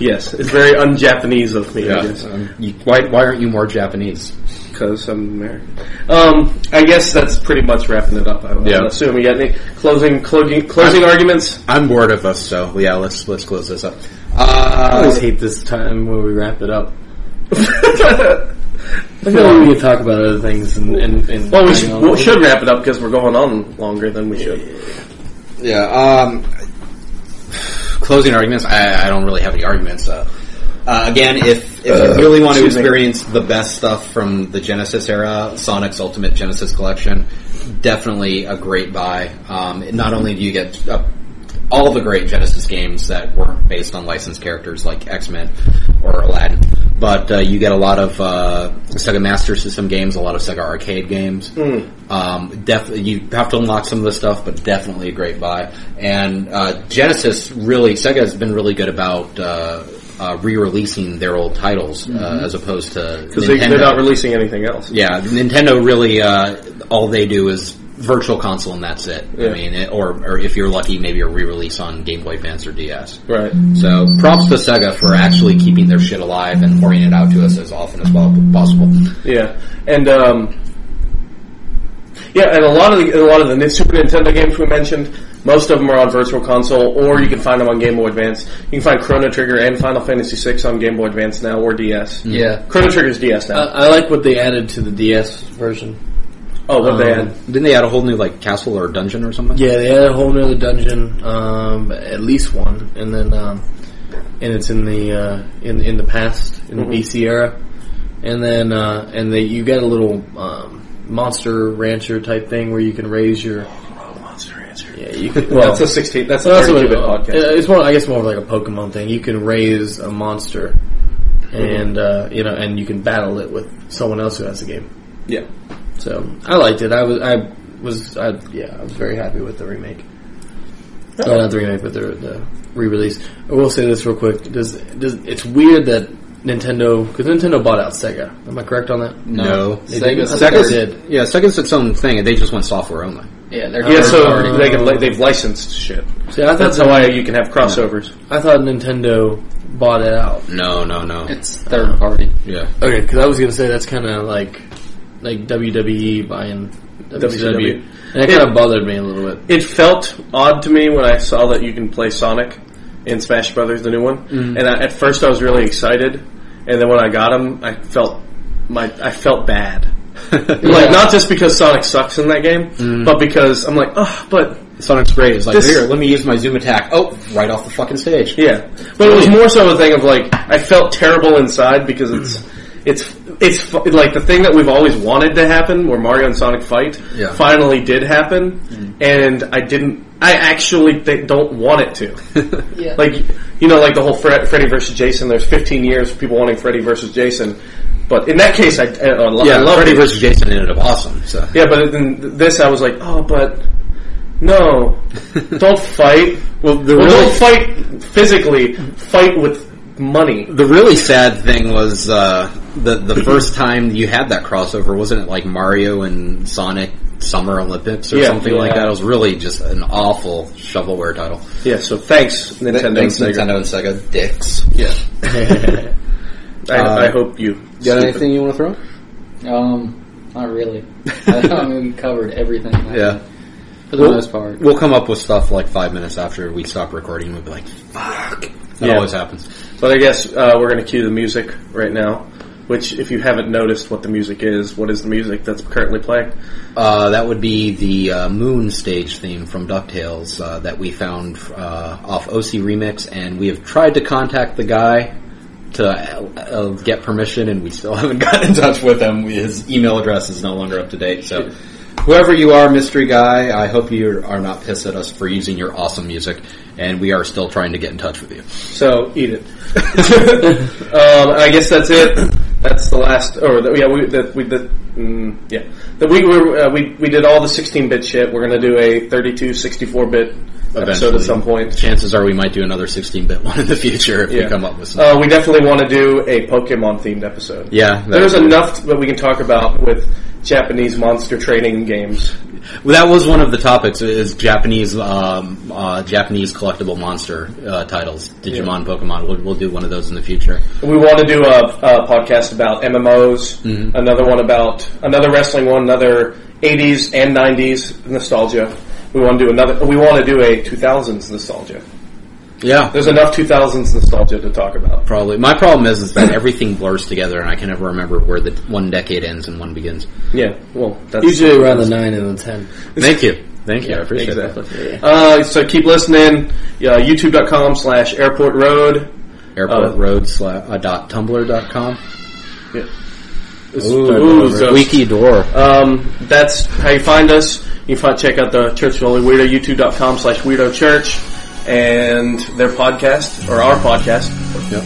Speaker 2: Yes, it's very un-Japanese of me. I
Speaker 1: yeah,
Speaker 2: guess
Speaker 1: um, you, why why aren't you more Japanese?
Speaker 2: because I'm American. Um, I guess that's pretty much wrapping it up. I would
Speaker 1: Yeah.
Speaker 2: assume. You got any closing closing
Speaker 1: [laughs]
Speaker 2: closing arguments?
Speaker 1: I'm bored of us, so yeah, let's let's close this up. Uh,
Speaker 6: I always hate this time when we wrap it up. I feel like we could talk about other things and, and, and
Speaker 2: Well, we, should, we should wrap it up because we're going on longer than we should.
Speaker 1: Yeah. Um, closing arguments. I, I don't really have any arguments. Uh, uh, again, if, if you really want to
Speaker 2: excuse me.
Speaker 1: experience the best stuff from the Genesis era, Sonic's Ultimate Genesis Collection, definitely a great buy. Um, not only do you get uh, all the great Genesis games that weren't based on licensed characters like X Men or Aladdin, but uh, you get a lot of uh, Sega Master System games, a lot of Sega Arcade games.
Speaker 2: Hmm.
Speaker 1: Um, def- you have to unlock some of the stuff, but definitely a great buy. And uh, Genesis really, Sega has been really good about uh, uh, re-releasing their old titles uh, as opposed to
Speaker 2: Because Mm-hmm. they,
Speaker 1: Nintendo.
Speaker 2: they're not releasing anything else.
Speaker 1: Yeah, Nintendo really uh, all they do is virtual console and that's it. I
Speaker 2: Yeah.
Speaker 1: mean, it, or or if you're lucky, maybe a re-release on Game Boy Advance or DS.
Speaker 2: Right.
Speaker 1: So props to Sega for actually keeping their shit alive and pouring it out to us as often as well- possible.
Speaker 2: Yeah, and um, yeah, and a lot of the, a lot of the Ni- Super Nintendo games we mentioned, most of them are on Virtual Console, or you can find them on Game Boy Advance. You can find Chrono Trigger and Final Fantasy VI on Game Boy Advance now, or DS.
Speaker 6: Yeah.
Speaker 2: Chrono Trigger's DS now.
Speaker 3: Uh,
Speaker 6: I, I like what they added to the DS version.
Speaker 2: oh, what they
Speaker 6: um,
Speaker 2: had?
Speaker 1: Didn't they add a whole new like castle or dungeon or something?
Speaker 6: Yeah, they had a whole nother dungeon, um, at least one, and then um, and it's in the uh, in in the past in the BC era, and then uh, and they you get a little um, monster rancher type thing where you can raise your
Speaker 2: Monster Rancher.
Speaker 6: yeah you can well
Speaker 2: that's a sixteen. That's a
Speaker 6: Well, that's what
Speaker 2: thirty-two
Speaker 6: it-
Speaker 2: bit podcast.
Speaker 6: uh, It's more, I guess, more of like a Pokemon thing. You can raise a monster, and uh, you know, and you can battle it with someone else who has the game.
Speaker 2: Yeah.
Speaker 6: So I liked it. I was, I was, I, yeah, I was very happy with the remake. Oh, not the remake, but the, the re-release. I will say this real quick. Does, does it's weird that Nintendo because Nintendo bought out Sega. Am I correct on that?
Speaker 1: No,
Speaker 6: They didn't?
Speaker 5: Sega's
Speaker 6: I thought they
Speaker 1: Sega's
Speaker 6: did.
Speaker 1: yeah, Sega's its own thing, and they just went software only.
Speaker 5: Yeah, they're
Speaker 2: Yeah,
Speaker 5: third
Speaker 2: so
Speaker 5: party.
Speaker 6: Uh,
Speaker 2: they can li- they've licensed shit.
Speaker 6: See, I thought
Speaker 2: That's how I, you can have crossovers.
Speaker 6: I thought Nintendo bought it out.
Speaker 1: No, no, no.
Speaker 5: It's third party.
Speaker 1: Yeah,
Speaker 6: Okay, because I was gonna say that's kind of like like WWE buying WCW,
Speaker 2: WCW.
Speaker 6: and it kind of bothered me a little bit.
Speaker 2: It felt odd to me when I saw that you can play Sonic in Smash Brothers, the new one. And I, at first, I was really excited, and then when I got him, I felt my I felt [laughs] bad. Like not just because Sonic sucks in that game, but because I'm like, oh, but
Speaker 1: Sonic's great. It's like
Speaker 2: This-
Speaker 1: here, let me use my zoom attack. Oh, right off the fucking stage.
Speaker 2: yeah. But it was more so a thing of like I felt terrible inside because it's. It's it's fu- like the thing that we've always wanted to happen, where Mario and Sonic fight,
Speaker 1: Yeah. Mm-hmm.
Speaker 2: finally did happen, and I didn't. I actually th- don't want it to.
Speaker 1: [laughs]
Speaker 5: Yeah.
Speaker 2: Like you know, like the whole Fre- Freddy versus Jason. There's 15 years of people wanting Freddy versus Jason, but in that case, I, I, lo-
Speaker 1: Yeah,
Speaker 2: I love
Speaker 1: Freddy
Speaker 2: it.
Speaker 1: versus Jason ended up awesome. So
Speaker 2: Yeah, but in this, I was like, oh, but
Speaker 1: [laughs]
Speaker 2: no, don't fight. well, don't fight physically. Fight with money.
Speaker 1: the really sad thing was uh, the the first time you had that crossover, wasn't it like Mario and Sonic Summer Olympics or
Speaker 2: Yeah.
Speaker 1: something like
Speaker 5: Yeah.
Speaker 1: that? It was really just an awful shovelware title.
Speaker 2: Yeah. So thanks, Nintendo.
Speaker 1: Thanks
Speaker 2: Sega.
Speaker 1: Nintendo and Sega, dicks.
Speaker 2: [laughs] I,
Speaker 1: Uh,
Speaker 2: I hope you.
Speaker 1: You got anything you want to throw?
Speaker 5: Um, not
Speaker 6: [laughs]
Speaker 5: really. I think we covered everything. I think,
Speaker 1: Yeah,
Speaker 5: For the
Speaker 1: Well-
Speaker 5: most part.
Speaker 1: we'll come up with stuff like five minutes after we stop recording. We'll be like, "Fuck." That
Speaker 2: Yeah.
Speaker 1: always happens.
Speaker 2: But I guess uh, we're going to cue the music right now. Which, if you haven't noticed what the music is, what is the music that's currently playing?
Speaker 1: Uh, that would be the uh, Moon stage theme from DuckTales uh, that we found uh, off OC Remix, and we have tried to contact the guy to uh, uh, get permission, and we still [laughs] haven't gotten in touch with him. His email address is no longer up to date, so. Whoever you are, mystery guy, I hope you are not pissed at us for using your awesome music, and we are still trying to get in touch with you.
Speaker 2: So eat it. [laughs] um, I guess that's it. That's the last. Or the, yeah, we that we the mm, yeah the week we were, uh, we we did all the 16-bit shit. We're gonna do a 32, 64-bit episode
Speaker 1: Eventually.
Speaker 2: at some point.
Speaker 1: Chances are we might do another 16-bit one in the future if
Speaker 2: Yeah.
Speaker 1: we come up with some.
Speaker 2: Uh, we definitely want to do a Pokemon themed episode.
Speaker 1: yeah, that-
Speaker 2: There's enough that we can talk about with Japanese monster trading games.
Speaker 1: that was one of the topics is Japanese um, uh, Japanese collectible monster uh, titles, Digimon, Pokemon. We'll, we'll do one of those in the future.
Speaker 2: We want to do a, a podcast about MMOs, another one about another wrestling one, another 80s and 90s nostalgia. We want to do another. We want to do a 2000s nostalgia.
Speaker 1: Yeah,
Speaker 2: There's enough 2000s nostalgia to talk about.
Speaker 1: probably. My problem is is that everything blurs together, and I can never remember where the one decade ends and one begins.
Speaker 2: Yeah, well, that's
Speaker 6: Usually around the nine and the ten.
Speaker 1: Thank you, thank you. I appreciate
Speaker 2: exactly. Uh, so keep listening. Uh, Yeah, YouTube.com slash Airport Road.
Speaker 1: that. Airport
Speaker 2: Uh,
Speaker 1: Road sla- uh, dot Tumblr dot com.
Speaker 2: Ooh, so-
Speaker 1: Wiki door.
Speaker 2: Um, that's how you find us. You find, check out the Church of Holy Weirdo, youtube.com slash weirdo church, and their podcast, or our podcast,
Speaker 1: Yep.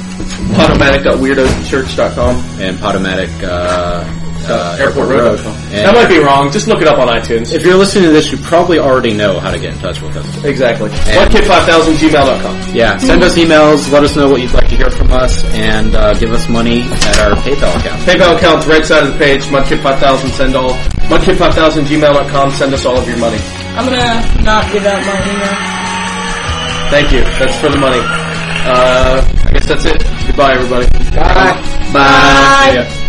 Speaker 2: automatic.weirdochurch.com.
Speaker 1: and Potomatic uh, uh,
Speaker 2: Airport Road. That
Speaker 1: And
Speaker 2: might be wrong. Just look it up on iTunes.
Speaker 1: if you're listening to this, you probably already know how to get in touch with us.
Speaker 2: exactly. Bloodkid5000gmail.com.
Speaker 1: Yeah, send us emails, let us know what you'd like to hear from us, and uh, give us money at our PayPal account.
Speaker 2: PayPal account's right side of the page. Mudkid5000 send all. Mudkid5000gmail.com. Send us all of your money.
Speaker 4: I'm gonna not give out my email.
Speaker 2: Thank you. That's for the money. Uh, I guess that's it. Goodbye, everybody.
Speaker 1: Bye. Bye.
Speaker 2: Yeah.